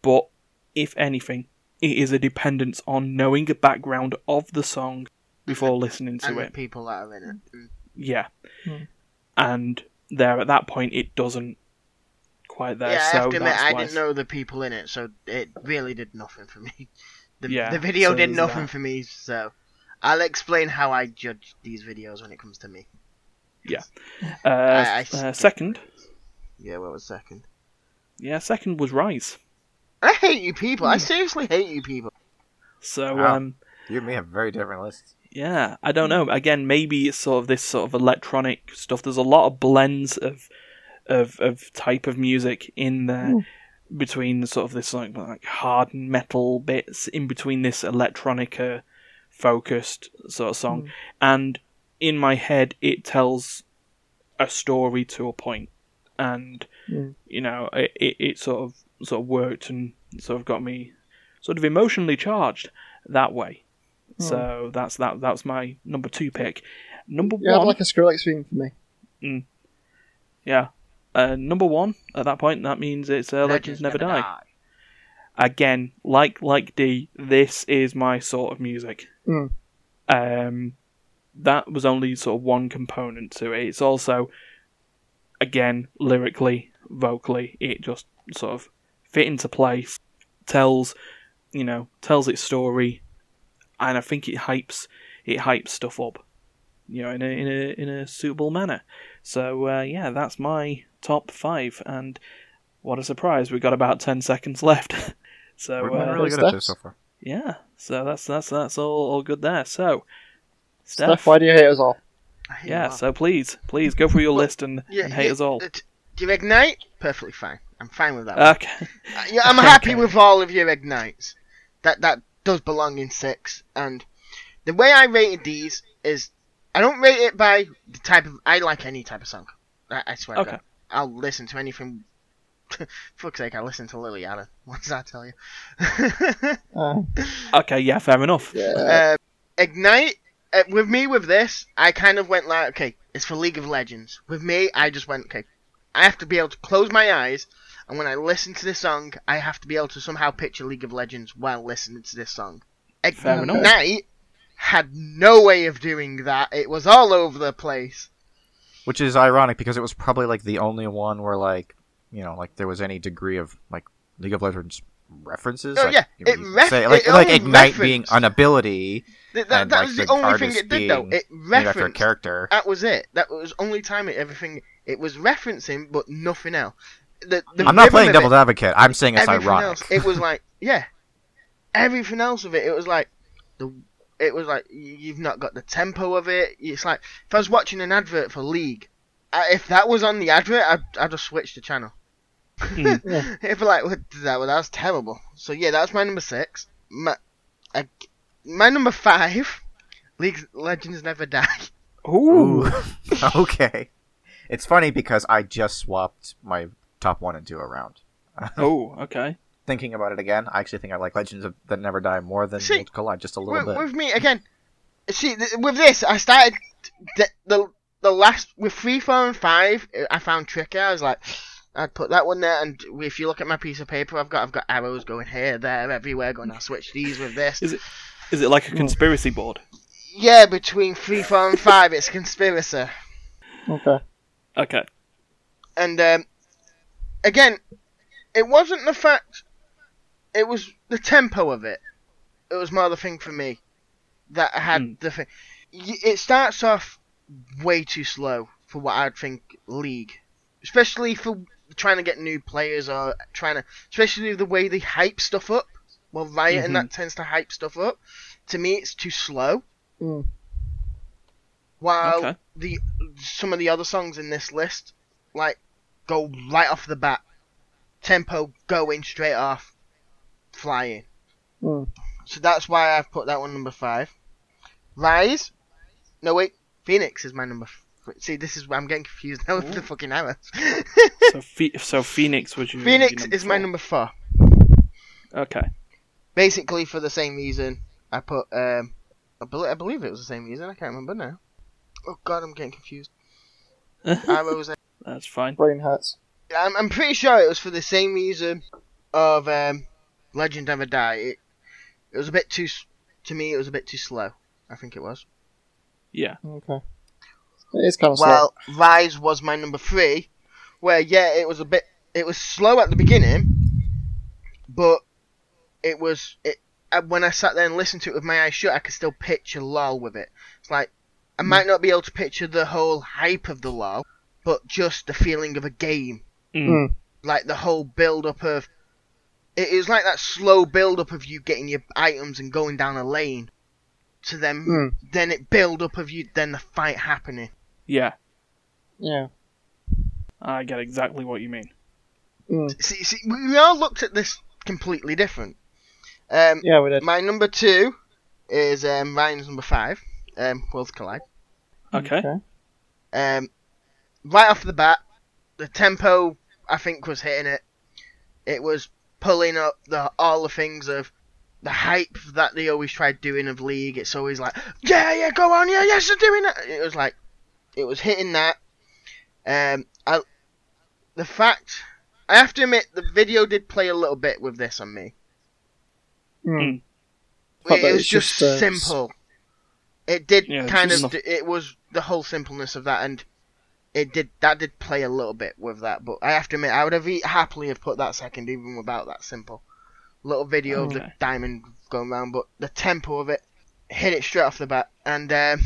[SPEAKER 2] but if anything, it is a dependence on knowing the background of the song before listening
[SPEAKER 3] and
[SPEAKER 2] to
[SPEAKER 3] the
[SPEAKER 2] it.
[SPEAKER 3] people that are in it. Mm.
[SPEAKER 2] Yeah,
[SPEAKER 5] Hmm.
[SPEAKER 2] and there at that point it doesn't quite there.
[SPEAKER 3] yeah, I
[SPEAKER 2] so
[SPEAKER 3] have to admit,
[SPEAKER 2] that's
[SPEAKER 3] I
[SPEAKER 2] why
[SPEAKER 3] didn't know the people in it, so it really did nothing for me. <laughs> The,
[SPEAKER 2] Yeah,
[SPEAKER 3] the video
[SPEAKER 2] so
[SPEAKER 3] did
[SPEAKER 2] there's
[SPEAKER 3] nothing
[SPEAKER 2] that.
[SPEAKER 3] for me, so I'll explain how I judge these videos when it comes to me.
[SPEAKER 2] Uh,
[SPEAKER 3] I- I-
[SPEAKER 2] uh, second,
[SPEAKER 3] Yeah, what was second?
[SPEAKER 2] yeah, second was Rise.
[SPEAKER 3] I hate you people.
[SPEAKER 2] Hmm.
[SPEAKER 3] I seriously hate you people.
[SPEAKER 2] So
[SPEAKER 4] Wow.
[SPEAKER 2] um,
[SPEAKER 4] You and me have very different lists.
[SPEAKER 2] Yeah, I don't know. Again, maybe it's sort of this sort of electronic stuff. There's a lot of blends of of of type of music in there between sort of this like like hard metal bits in between this electronica focused sort of song. And in my head it tells a story to a point and
[SPEAKER 5] Mm.
[SPEAKER 2] you know, it, it, it sort of sort of worked and sort of got me sort of emotionally charged that way. So that's that. That's my number two pick. Number
[SPEAKER 5] You had
[SPEAKER 2] one,
[SPEAKER 5] like a Skrillex theme for me.
[SPEAKER 2] yeah, uh, number one. At that point, that means it's uh, Legends, Never, die. Again, like like D, this is my sort of music.
[SPEAKER 5] Mm.
[SPEAKER 2] Um, that was only sort of one component to it. It's also, again, lyrically, vocally, it just sort of fit into place, tells, you know, tells its story, and I think it hypes it hypes stuff up, you know, in a in a in a suitable manner. So uh, yeah, that's my top five, and what a surprise! We've got about ten seconds left. <laughs> so
[SPEAKER 4] We're doing
[SPEAKER 2] uh,
[SPEAKER 4] really
[SPEAKER 5] those
[SPEAKER 4] good at this
[SPEAKER 5] steps.
[SPEAKER 4] so far.
[SPEAKER 2] yeah, so that's that's that's all all good there. So,
[SPEAKER 5] Steph,
[SPEAKER 2] Steph,
[SPEAKER 5] why do you hate us all?
[SPEAKER 3] I hate
[SPEAKER 2] yeah,
[SPEAKER 3] you all.
[SPEAKER 2] so please please go through your
[SPEAKER 3] Well,
[SPEAKER 2] list and, and hate us all. Uh,
[SPEAKER 3] it- Do you ignite? Perfectly fine. I'm fine with that. one.
[SPEAKER 2] Okay,
[SPEAKER 3] I- yeah, I'm
[SPEAKER 2] okay,
[SPEAKER 3] happy
[SPEAKER 2] okay.
[SPEAKER 3] with all of your ignites. That that does belong in six. And the way I rated these is I don't rate it by the type of I like any type of song. I, I swear to
[SPEAKER 2] Okay.
[SPEAKER 3] God, I'll listen to anything. <laughs> Fuck's sake, I listen to Lily Allen. <laughs> What does that tell you? <laughs>
[SPEAKER 5] Uh,
[SPEAKER 2] okay, yeah, fair enough.
[SPEAKER 5] yeah.
[SPEAKER 3] uh, ignite. Uh, with me, with this, I kind of went like, okay, it's for League of Legends. With me, I just went, okay, I have to be able to close my eyes, and when I listen to this song, I have to be able to somehow picture League of Legends while listening to this song.
[SPEAKER 2] Fair enough.
[SPEAKER 3] Ignite had no way of doing that. It was all over the place.
[SPEAKER 4] Which is ironic because it was probably like the only one where like you know like there was any degree of like League of Legends references.
[SPEAKER 3] Oh,
[SPEAKER 4] like,
[SPEAKER 3] yeah,
[SPEAKER 4] you know,
[SPEAKER 3] it
[SPEAKER 4] you could
[SPEAKER 3] ref-
[SPEAKER 4] say, like
[SPEAKER 3] it
[SPEAKER 4] like
[SPEAKER 3] only
[SPEAKER 4] ignite being
[SPEAKER 3] referenced-
[SPEAKER 4] an ability
[SPEAKER 3] Th- that
[SPEAKER 4] And,
[SPEAKER 3] that
[SPEAKER 4] like,
[SPEAKER 3] was
[SPEAKER 4] the
[SPEAKER 3] the only thing
[SPEAKER 4] artist
[SPEAKER 3] it did, though.
[SPEAKER 4] being
[SPEAKER 3] It
[SPEAKER 4] named after a
[SPEAKER 3] referenced.
[SPEAKER 4] character.
[SPEAKER 3] That was it. That was only time it everything. It was referencing, but nothing else. The, the
[SPEAKER 4] I'm
[SPEAKER 3] rhythm
[SPEAKER 4] not playing
[SPEAKER 3] of it-
[SPEAKER 4] devil's advocate. I'm saying it's
[SPEAKER 3] everything
[SPEAKER 4] ironic.
[SPEAKER 3] else, it was like, <laughs> yeah, everything else of it, it was like the, it was like y- you've not got the tempo of it. It's like if I was watching an advert for League, I, if that was on the advert, I'd, I'd just switch the channel.
[SPEAKER 2] Mm.
[SPEAKER 5] Yeah.
[SPEAKER 3] <laughs> If like what did that, well, that's terrible. So yeah, that's my number six. My, I, my number five, League Legends Never Die. <laughs>
[SPEAKER 2] <laughs> Ooh,
[SPEAKER 4] <laughs> okay. It's funny because I just swapped my top one and two around.
[SPEAKER 2] oh, okay.
[SPEAKER 4] Thinking about it again, I actually think I like Legends of, that Never Die more than
[SPEAKER 3] See,
[SPEAKER 4] Multiple Line just a little
[SPEAKER 3] with,
[SPEAKER 4] bit.
[SPEAKER 3] with me again. See, th- with this, I started the, the the last with three, four, and five. uh, I found tricky. I was like, I'd put that one there, and if you look at my piece of paper, I've got I've got arrows going here, there, everywhere. Going, I'll switch these with this.
[SPEAKER 2] Is it is it like a conspiracy board?
[SPEAKER 3] Yeah, between three, four, and five, it's conspiracy.
[SPEAKER 5] uh, Okay.
[SPEAKER 2] Okay,
[SPEAKER 3] And um, again, it wasn't the fact; it was the tempo of it. It was more the thing for me that I had
[SPEAKER 2] Hmm.
[SPEAKER 3] the thing. Y- It starts off way too slow for what I'd think league, especially for trying to get new players or trying to, especially the way they hype stuff up. Well, Riot and
[SPEAKER 2] Mm-hmm.
[SPEAKER 3] that tends to hype stuff up. To me, it's too slow.
[SPEAKER 5] Mm.
[SPEAKER 3] While
[SPEAKER 2] Okay.
[SPEAKER 3] the some of the other songs in this list, like, go right off the bat, tempo going straight off, flying.
[SPEAKER 5] Mm.
[SPEAKER 3] So that's why I've put that one number five. Rise, no wait, Phoenix is my number. F- See, this is where I'm getting confused now with the fucking <laughs> arrows.
[SPEAKER 2] so Phe- so Phoenix was your your
[SPEAKER 3] Phoenix is my
[SPEAKER 2] four.
[SPEAKER 3] number four. <laughs>
[SPEAKER 2] Okay, <laughs>
[SPEAKER 3] Basically, for the same reason, I put. Um, I, bel I believe it was the same reason. I can't remember now. Oh god, I'm getting confused. Arrows.
[SPEAKER 2] that's fine.
[SPEAKER 5] Brain hurts.
[SPEAKER 3] I'm, I'm pretty sure it was for the same reason of um, Legend Never Die. It, it was a bit too, s- to me, it was a bit too slow. I think it was.
[SPEAKER 2] Yeah.
[SPEAKER 5] Okay. It is kind of
[SPEAKER 3] Well, Rise was my number three, where yeah, it was a bit, it was slow at the beginning, but it was it. uh, When I sat there and listened to it with my eyes shut, I could still picture LOL with it. It's like I might not be able to picture the whole hype of the LOL, but just the feeling of a game
[SPEAKER 2] Mm.
[SPEAKER 3] like the whole build up of it is like that slow build up of you getting your items and going down a lane to them then it build up of you then the fight happening
[SPEAKER 2] Yeah.
[SPEAKER 5] Yeah.
[SPEAKER 2] I get exactly what you mean.
[SPEAKER 5] Mm.
[SPEAKER 3] see, see we we all looked at this completely different um
[SPEAKER 5] Yeah, we did.
[SPEAKER 3] my number two is um ryan's number five um worlds collide
[SPEAKER 2] Okay.
[SPEAKER 3] Um, right off the bat, the tempo I think was hitting it. It was pulling up the all the things of the hype that they always tried doing of league. It's always like, yeah, yeah, go on, yeah, yes, you're doing it. It was like, it was hitting that. Um, I, the fact I have to admit the video did play a little bit with this on me.
[SPEAKER 5] Mm. But
[SPEAKER 3] It,
[SPEAKER 5] it's
[SPEAKER 3] was just,
[SPEAKER 5] just, uh,
[SPEAKER 3] simple. It did
[SPEAKER 2] Yeah, it's
[SPEAKER 3] kind of.
[SPEAKER 2] just
[SPEAKER 3] d It was the whole simpleness of that, and it did that did play a little bit with that. But I have to admit, I would have e- happily have put that second, even without that simple little video of the
[SPEAKER 2] Okay.
[SPEAKER 3] diamond going round. But the tempo of it hit it straight off the bat, and um,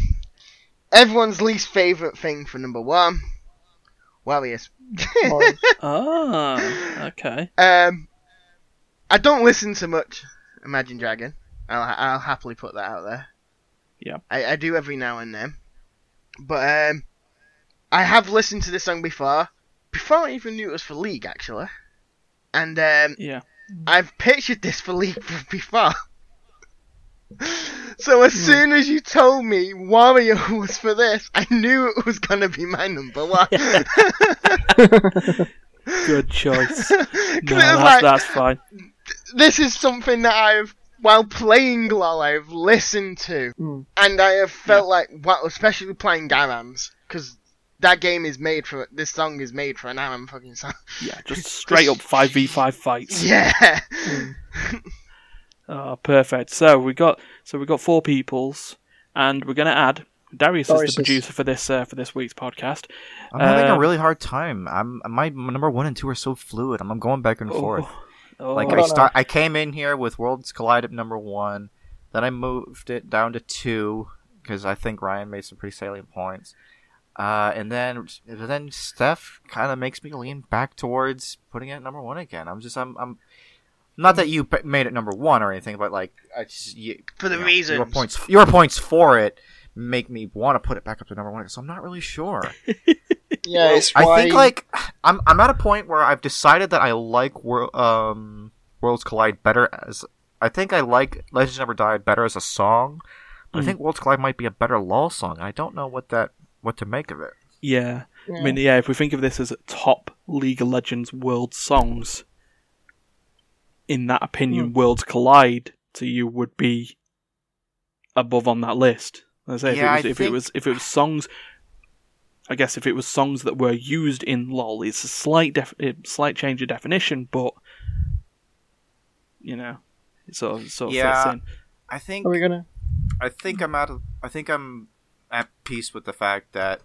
[SPEAKER 3] everyone's least favorite thing for number one, <laughs> Warriors. Hmm.
[SPEAKER 5] Or-
[SPEAKER 2] Ah. Okay.
[SPEAKER 3] Um, I don't listen to much Imagine Dragon. I'll, I'll happily put that out there.
[SPEAKER 2] Yeah.
[SPEAKER 3] I, I do every now and then, but um, I have listened to this song before, before I even knew it was for League actually, and um,
[SPEAKER 2] Yeah.
[SPEAKER 3] I've pictured this for League <laughs> before. So as soon as you told me Wario <laughs> was for this, I knew it was gonna be my number one.
[SPEAKER 2] Good
[SPEAKER 3] <laughs>
[SPEAKER 2] choice.
[SPEAKER 3] 'Cause it
[SPEAKER 2] No,
[SPEAKER 3] was
[SPEAKER 2] that's,
[SPEAKER 3] like-
[SPEAKER 2] that's fine.
[SPEAKER 3] this is something that I've while playing LOL I've listened to
[SPEAKER 5] Mm.
[SPEAKER 3] and I have felt like wow especially playing Garams because that game is made for this song is made for an Aram fucking song <laughs>
[SPEAKER 2] Yeah. Just straight up five v five fights.
[SPEAKER 3] yeah
[SPEAKER 2] Oh, perfect. So we got so we got four peoples, and we're gonna add Darius is
[SPEAKER 5] Darius is-
[SPEAKER 2] the producer for this uh, for this week's podcast.
[SPEAKER 4] I'm having
[SPEAKER 2] Uh,
[SPEAKER 4] a really hard time. I'm my number one and two are so fluid. I'm, I'm going back and forth.
[SPEAKER 2] Oh,
[SPEAKER 4] Like
[SPEAKER 5] Oh.
[SPEAKER 4] I
[SPEAKER 5] No, no.
[SPEAKER 4] start, I came in here with Worlds Collide at number one, then I moved it down to two because I think Ryan made some pretty salient points, uh, and then then Steph kind of makes me lean back towards putting it at number one again. I'm just I'm I'm not that you p- made it number one or anything, but like I just you,
[SPEAKER 3] for the
[SPEAKER 4] you know,
[SPEAKER 3] reasons
[SPEAKER 4] your points your points for it make me want to put it back up to number one. So I'm not really sure.
[SPEAKER 5] yeah, it's why.
[SPEAKER 4] I think like I'm I'm at a point where I've decided that I like Wor- um Worlds Collide better as I think I like Legends Never Die better as a song. But I think Worlds Collide might be a better LOL song. I don't know what that what to make of it.
[SPEAKER 2] yeah. I
[SPEAKER 5] Yeah.
[SPEAKER 2] mean, yeah. If we think of this as top League of Legends world songs, in that opinion, Worlds Collide to you would be above on that list. As I say,
[SPEAKER 4] Yeah,
[SPEAKER 2] if, it was,
[SPEAKER 4] I
[SPEAKER 2] if it
[SPEAKER 4] think-
[SPEAKER 2] was if it was songs, I guess if it was songs that were used in LOL, it's a slight def- a slight change of definition, but you know, it sort of sort of
[SPEAKER 4] Yeah.
[SPEAKER 2] fits in.
[SPEAKER 4] I think
[SPEAKER 5] Are we gonna?
[SPEAKER 4] I think I'm out of I think I'm at peace with the fact that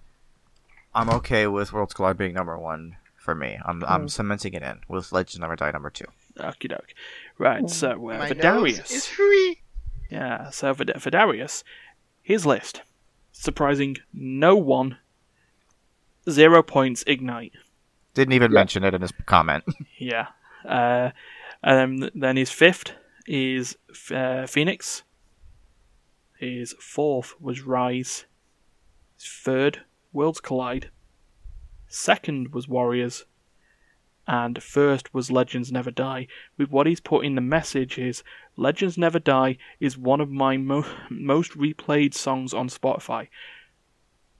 [SPEAKER 4] I'm okay with Worlds Collide being number one for me. I'm
[SPEAKER 5] Mm.
[SPEAKER 4] I'm cementing it in with Legends Never Die number two.
[SPEAKER 2] Okie doke. Right, so uh,
[SPEAKER 3] My
[SPEAKER 2] for
[SPEAKER 3] nose
[SPEAKER 2] Darius,
[SPEAKER 3] is free
[SPEAKER 2] Yeah, so for, for Darius, his list. Surprising no one. Zero points, Ignite.
[SPEAKER 4] Didn't even mention it in his comment.
[SPEAKER 2] Yeah. Uh, and then his fifth is uh, Phoenix. His fourth was Rise. His third, Worlds Collide. Second was Warriors. And first was Legends Never Die. With what he's put in the message is Legends Never Die is one of my mo- <laughs> most replayed songs on Spotify.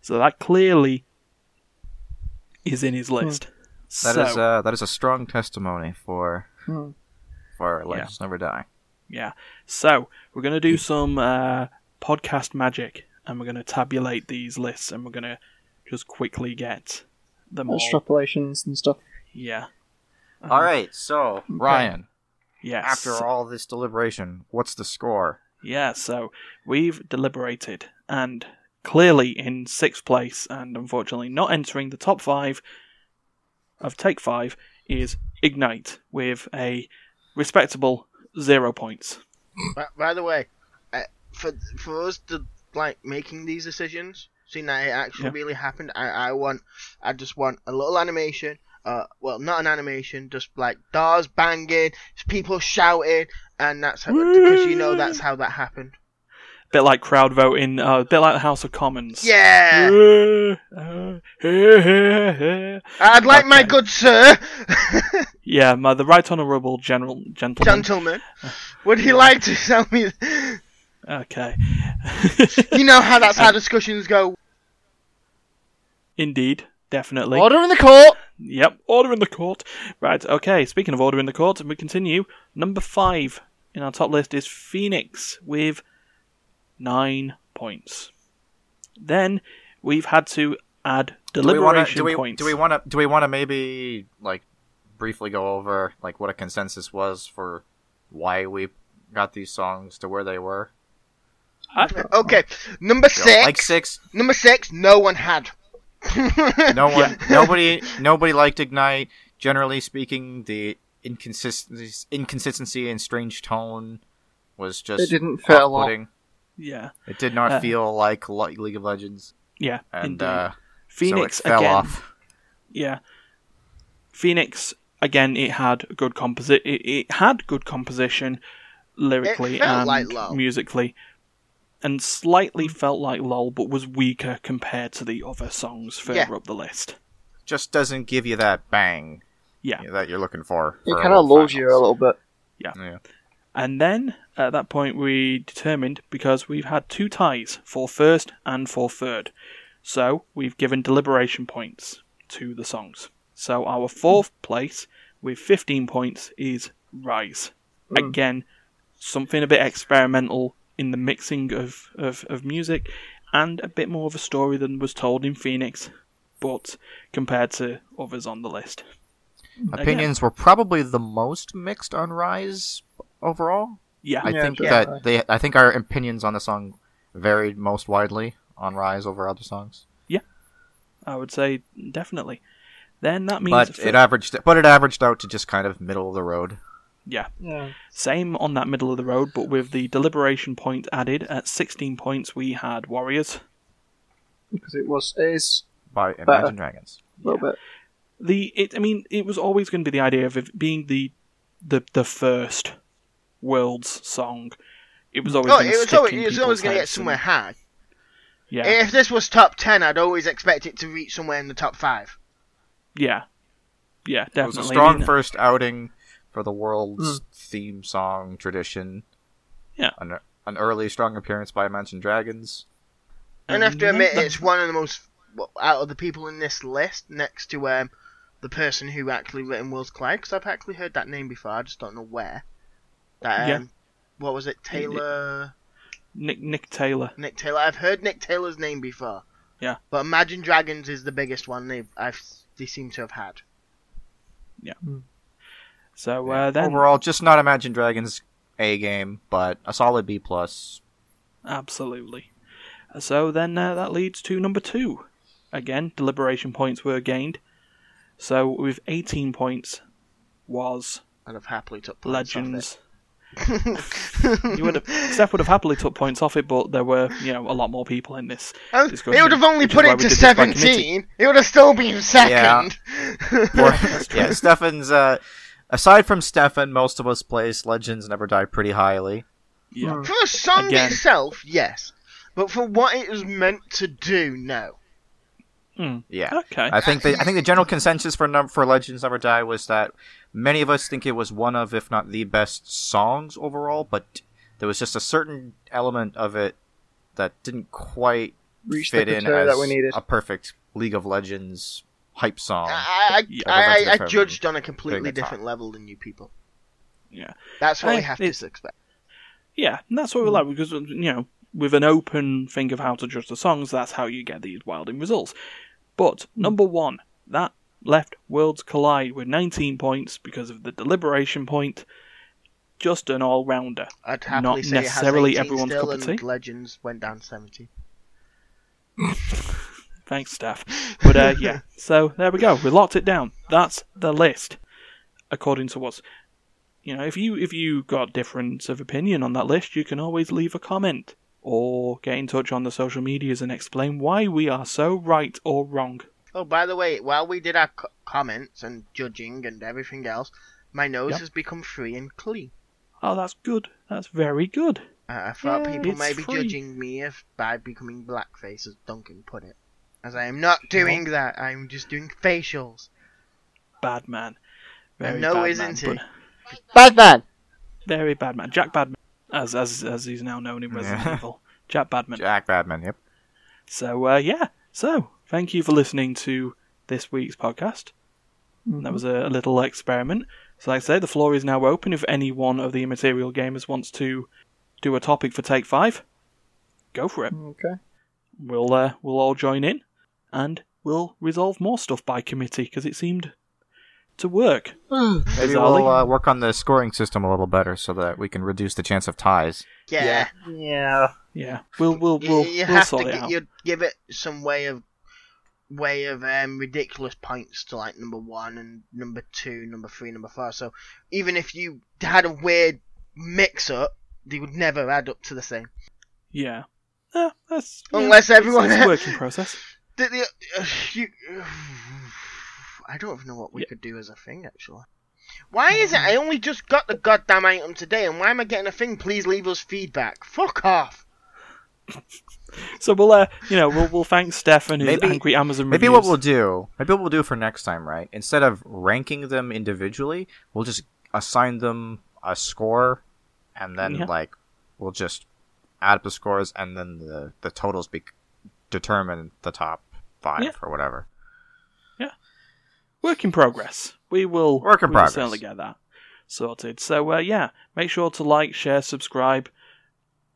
[SPEAKER 2] So that clearly is in his list.
[SPEAKER 4] Hmm. That is
[SPEAKER 2] so,
[SPEAKER 4] uh, that is a strong testimony for
[SPEAKER 5] Hmm.
[SPEAKER 4] for Legends Never Die.
[SPEAKER 2] Yeah. So we're going to do some uh, podcast magic, and we're going to tabulate these lists, and we're going to just quickly get them all.
[SPEAKER 5] Extrapolations and stuff.
[SPEAKER 2] Yeah.
[SPEAKER 5] Uh-huh.
[SPEAKER 4] All right, so Ryan,
[SPEAKER 2] Yes.
[SPEAKER 4] after all this deliberation, what's the score?
[SPEAKER 2] Yeah, so we've deliberated, and clearly in sixth place, and unfortunately not entering the top five of Take Five, is Ignite with a respectable zero points.
[SPEAKER 3] By, by the way, uh, for for us to like making these decisions, seeing that it actually
[SPEAKER 2] Yeah.
[SPEAKER 3] really happened, I, I want I just want a little animation. Uh, well, not an animation, just like doors banging, people shouting, and that's how because you know that's how that happened.
[SPEAKER 2] Bit like crowd voting, uh, a bit like the House of Commons.
[SPEAKER 3] Yeah,
[SPEAKER 2] Uh, uh, <laughs> eh, eh, eh.
[SPEAKER 3] I'd like my
[SPEAKER 2] Okay.
[SPEAKER 3] good sir,
[SPEAKER 2] yeah, my, the right honourable general gentleman.
[SPEAKER 3] gentleman, would you like to tell me?
[SPEAKER 2] okay, <laughs>
[SPEAKER 3] You know how that's how discussions go.
[SPEAKER 2] indeed, definitely.
[SPEAKER 5] Order in the court.
[SPEAKER 2] Yep, order in the court. Right, okay, speaking of order in the court, we continue. Number five in our top list is Phoenix with nine points. Then we've had to add
[SPEAKER 4] Do we wanna-
[SPEAKER 2] deliberation
[SPEAKER 4] do we-
[SPEAKER 2] points.
[SPEAKER 4] Do we want to? Do we want to maybe like briefly go over like what a consensus was for why we got these songs to where they were?
[SPEAKER 2] Uh,
[SPEAKER 3] Okay, number
[SPEAKER 4] You know,
[SPEAKER 3] six.
[SPEAKER 4] Like six.
[SPEAKER 3] Number six, no one had. <laughs>
[SPEAKER 4] No one.
[SPEAKER 2] <laughs>
[SPEAKER 4] nobody. Nobody liked ignite. Generally speaking, the inconsistency, inconsistency and strange tone was just
[SPEAKER 5] It didn't fit a lot.
[SPEAKER 4] off-putting.
[SPEAKER 2] yeah,
[SPEAKER 4] It did not
[SPEAKER 2] Uh,
[SPEAKER 4] feel like Le- League of Legends,
[SPEAKER 2] yeah,
[SPEAKER 4] and
[SPEAKER 2] indeed.
[SPEAKER 4] uh,
[SPEAKER 2] Phoenix
[SPEAKER 4] so it fell
[SPEAKER 2] again.
[SPEAKER 4] off.
[SPEAKER 2] Yeah, Phoenix again. It had good composi- it, it had good composition, lyrically
[SPEAKER 3] It felt
[SPEAKER 2] and
[SPEAKER 3] like LOL.
[SPEAKER 2] musically, and slightly felt like lol, but was weaker compared to the other songs further
[SPEAKER 3] Yeah.
[SPEAKER 2] up the list.
[SPEAKER 4] Just doesn't give you that bang.
[SPEAKER 2] Yeah.
[SPEAKER 4] that you're looking for.
[SPEAKER 5] It
[SPEAKER 4] for
[SPEAKER 5] kind of
[SPEAKER 4] World
[SPEAKER 5] lulls you a
[SPEAKER 4] Finals.
[SPEAKER 5] little bit.
[SPEAKER 4] Yeah.
[SPEAKER 2] And then at that point, we determined because we've had two ties for first and for third, so we've given deliberation points to the songs. So our fourth place with 15 points is Rise.
[SPEAKER 4] Hmm.
[SPEAKER 2] Again, something a bit experimental in the mixing of, of, of music and a bit more of a story than was told in Phoenix, but compared to others on the list.
[SPEAKER 4] opinions were probably the most mixed on Rise overall.
[SPEAKER 2] Yeah.
[SPEAKER 4] I
[SPEAKER 5] Yeah,
[SPEAKER 4] think that
[SPEAKER 5] definitely.
[SPEAKER 4] they, I think our opinions on the song varied most widely on Rise over other songs.
[SPEAKER 2] I would say definitely. Then that means
[SPEAKER 4] But
[SPEAKER 2] for-
[SPEAKER 4] it averaged, but it averaged out to just kind of middle of the road.
[SPEAKER 2] yeah,
[SPEAKER 5] Yeah.
[SPEAKER 2] same on that middle of the road, but with the deliberation point added at 16 points, we had Warriors.
[SPEAKER 5] Because it was it is
[SPEAKER 4] By
[SPEAKER 5] uh,
[SPEAKER 4] Imagine Dragons,
[SPEAKER 5] a little bit.
[SPEAKER 2] The it, I mean, it was always going to be the idea of it being the the the first world's song. It was always
[SPEAKER 3] Oh,
[SPEAKER 2] going to
[SPEAKER 3] it was
[SPEAKER 2] stick
[SPEAKER 3] always,
[SPEAKER 2] in
[SPEAKER 3] it was
[SPEAKER 2] people's
[SPEAKER 3] always going to get
[SPEAKER 2] heads and-
[SPEAKER 3] somewhere high.
[SPEAKER 2] yeah,
[SPEAKER 3] If this was top ten, I'd always expect it to reach somewhere in the top five.
[SPEAKER 2] yeah, yeah, definitely.
[SPEAKER 4] it was a
[SPEAKER 2] I
[SPEAKER 4] strong
[SPEAKER 2] mean,
[SPEAKER 4] first outing for the world's theme song tradition.
[SPEAKER 2] Yeah.
[SPEAKER 4] an, an early strong appearance by Imagine Dragons.
[SPEAKER 3] And I have to
[SPEAKER 2] then
[SPEAKER 3] admit,
[SPEAKER 2] that-
[SPEAKER 3] it's one of the most well, out of the people in this list, next to um, the person who actually written Will's Clyde, because I've actually heard that name before. I just don't know where. That um,
[SPEAKER 2] Yeah.
[SPEAKER 3] what was it, Taylor?
[SPEAKER 2] Nick Nick Taylor.
[SPEAKER 3] Nick Taylor. I've heard Nick Taylor's name before.
[SPEAKER 2] Yeah.
[SPEAKER 3] But Imagine Dragons is the biggest one they've I've, they seem to have had.
[SPEAKER 2] So uh, then,
[SPEAKER 4] Overall, just not Imagine Dragons a game, but a solid B plus.
[SPEAKER 2] Absolutely. So then uh, that leads to number two. Again, deliberation points were gained. So with 18 points was
[SPEAKER 3] And I've happily took points off it.
[SPEAKER 2] Legends. you would have, Steph would have happily took points off it, but there were you know a lot more people in this.
[SPEAKER 3] Oh,
[SPEAKER 2] discussion,
[SPEAKER 3] It would have only
[SPEAKER 2] which is
[SPEAKER 3] put
[SPEAKER 2] why
[SPEAKER 3] it
[SPEAKER 2] we
[SPEAKER 3] to
[SPEAKER 2] did this by committee.
[SPEAKER 3] 17. It would have still
[SPEAKER 2] <laughs>
[SPEAKER 3] been second.
[SPEAKER 4] Or- <laughs>
[SPEAKER 3] <laughs>
[SPEAKER 4] yeah, Stefan's. Uh, aside from Stefan, most of us place Legends Never Die pretty highly.
[SPEAKER 2] Yeah,
[SPEAKER 3] For the song
[SPEAKER 2] Again.
[SPEAKER 3] itself, yes. But for what it was meant to do, no.
[SPEAKER 4] Yeah,
[SPEAKER 2] Okay.
[SPEAKER 4] I think the I think the general consensus for num- for Legends Never Die was that many of us think it was one of, if not the best songs overall, but there was just a certain element of it that didn't quite
[SPEAKER 5] Reached the
[SPEAKER 4] fit in
[SPEAKER 5] criteria
[SPEAKER 4] as
[SPEAKER 5] that we needed.
[SPEAKER 4] a perfect League of Legends hype song.
[SPEAKER 3] I, I,
[SPEAKER 2] Oh. Yeah.
[SPEAKER 3] I, I, I
[SPEAKER 4] Definitely.
[SPEAKER 3] judged on a completely
[SPEAKER 4] Big time.
[SPEAKER 3] different level than you people.
[SPEAKER 2] Yeah.
[SPEAKER 3] That's what
[SPEAKER 2] I-
[SPEAKER 3] we have
[SPEAKER 2] it's-
[SPEAKER 3] to expect.
[SPEAKER 2] Yeah, and that's what we like because um, you know, with an open thing of how to judge the songs, that's how you get these wilding results. But number one, that left Worlds Collide with 19 points because of the deliberation point. Just an all rounder.
[SPEAKER 3] I'd
[SPEAKER 2] Not
[SPEAKER 3] happily say
[SPEAKER 2] necessarily
[SPEAKER 3] it has 18
[SPEAKER 2] everyone's
[SPEAKER 3] still,
[SPEAKER 2] cup of
[SPEAKER 3] and
[SPEAKER 2] tea.
[SPEAKER 3] Legends went down to 70.
[SPEAKER 2] Thanks, staff. But uh,
[SPEAKER 3] <laughs>
[SPEAKER 2] yeah, so there we go. We locked it down. That's the list, according to what's. You know, if you if you got difference of opinion on that list, you can always leave a comment or get in touch on the social medias and explain why we are so right or wrong.
[SPEAKER 3] Oh, by the way, while we did our co- comments and judging and everything else, my nose
[SPEAKER 2] Yep.
[SPEAKER 3] has become free and clean.
[SPEAKER 2] Oh, that's good. That's very good.
[SPEAKER 3] Uh, I thought
[SPEAKER 2] Yay,
[SPEAKER 3] people
[SPEAKER 2] it's
[SPEAKER 3] may be
[SPEAKER 2] free.
[SPEAKER 3] judging me if by becoming blackface, as Duncan put it. As I am not doing that, I'm just doing facials.
[SPEAKER 2] Bad man. Very
[SPEAKER 3] No,
[SPEAKER 2] bad
[SPEAKER 3] isn't
[SPEAKER 2] man,
[SPEAKER 3] he?
[SPEAKER 2] but
[SPEAKER 5] Batman.
[SPEAKER 2] Very bad man. Jack Badman, as as as he's now known in Resident
[SPEAKER 4] Yeah.
[SPEAKER 2] Evil. Jack Badman.
[SPEAKER 4] Jack Badman. Yep.
[SPEAKER 2] So uh, yeah, so thank you for listening to this week's podcast.
[SPEAKER 3] Mm-hmm.
[SPEAKER 2] That was a, a little experiment. So like I say, the floor is now open. If any one of the immaterial gamers wants to do a topic for Take Five, go for it.
[SPEAKER 5] Okay.
[SPEAKER 2] We'll uh, we'll all join in, and we'll resolve more stuff by committee because it seemed to work.
[SPEAKER 4] Maybe
[SPEAKER 2] Bizarrely.
[SPEAKER 4] we'll uh, work on the scoring system a little better so that we can reduce the chance of ties.
[SPEAKER 3] Yeah,
[SPEAKER 2] Yeah.
[SPEAKER 5] Yeah.
[SPEAKER 2] Yeah, we'll we'll
[SPEAKER 3] You-
[SPEAKER 2] we'll,
[SPEAKER 3] you,
[SPEAKER 2] we'll
[SPEAKER 3] have
[SPEAKER 2] sort
[SPEAKER 3] to
[SPEAKER 2] it
[SPEAKER 3] gi-
[SPEAKER 2] out.
[SPEAKER 3] you'd give it some way of way of um, ridiculous points to like number one and number two, number three, number four. So even if you had a weird mix up, they would never add up to the same.
[SPEAKER 2] Yeah. Yeah, that's yeah,
[SPEAKER 3] Unless
[SPEAKER 2] it's-
[SPEAKER 3] everyone-
[SPEAKER 2] it's a working process.
[SPEAKER 3] The, the, <sighs> uh, you, I don't even know what we could do as a thing, actually. Why is it I only just got the goddamn item today, and why am I getting a thing? Please leave us feedback. Fuck off.
[SPEAKER 2] So we'll, uh, you know, we'll we'll thank Steph and his
[SPEAKER 4] Maybe-
[SPEAKER 2] angry Amazon
[SPEAKER 4] Maybe
[SPEAKER 2] reviews.
[SPEAKER 4] what we'll do, maybe what we'll do for next time, right? Instead of ranking them individually, we'll just assign them a score, and then
[SPEAKER 2] Yeah.
[SPEAKER 4] like we'll just add up the scores, and then the the totals be determine the top five
[SPEAKER 2] Yeah.
[SPEAKER 4] or whatever.
[SPEAKER 2] work in progress. We will
[SPEAKER 4] Work in
[SPEAKER 2] we will
[SPEAKER 4] progress.
[SPEAKER 2] certainly get that sorted. So uh, yeah, make sure to like, share, subscribe,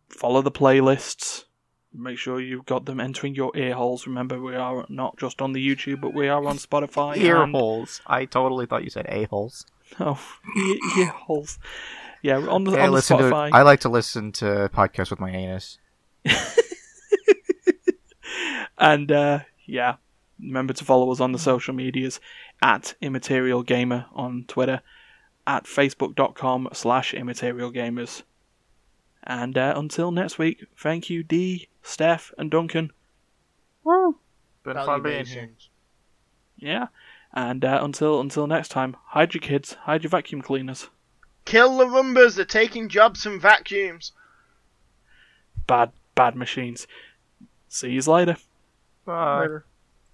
[SPEAKER 2] follow the playlists. Make sure you've got them entering your ear holes. Remember, we are not just on the YouTube, but we are on Spotify.
[SPEAKER 4] Ear
[SPEAKER 2] and-
[SPEAKER 4] holes. I totally thought you said a holes.
[SPEAKER 2] <laughs> Oh, ear, ear holes. Yeah, we're on the,
[SPEAKER 4] I
[SPEAKER 2] on the
[SPEAKER 4] listen to.
[SPEAKER 2] Spotify.
[SPEAKER 4] I like to listen to podcasts with my anus.
[SPEAKER 2] And uh, yeah, remember to follow us on the social medias at Immaterial Gamer on Twitter, at facebook.com slash Immaterial Gamers. And uh, until next week, thank you, Dee, Steph, and Duncan.
[SPEAKER 4] Been
[SPEAKER 3] Valuations.
[SPEAKER 2] Yeah. And uh, until until next time, hide your kids, hide your vacuum cleaners.
[SPEAKER 3] Kill the Rumbers, they're taking jobs from vacuums.
[SPEAKER 2] Bad, bad machines. See you later.
[SPEAKER 4] Bye.
[SPEAKER 5] Later.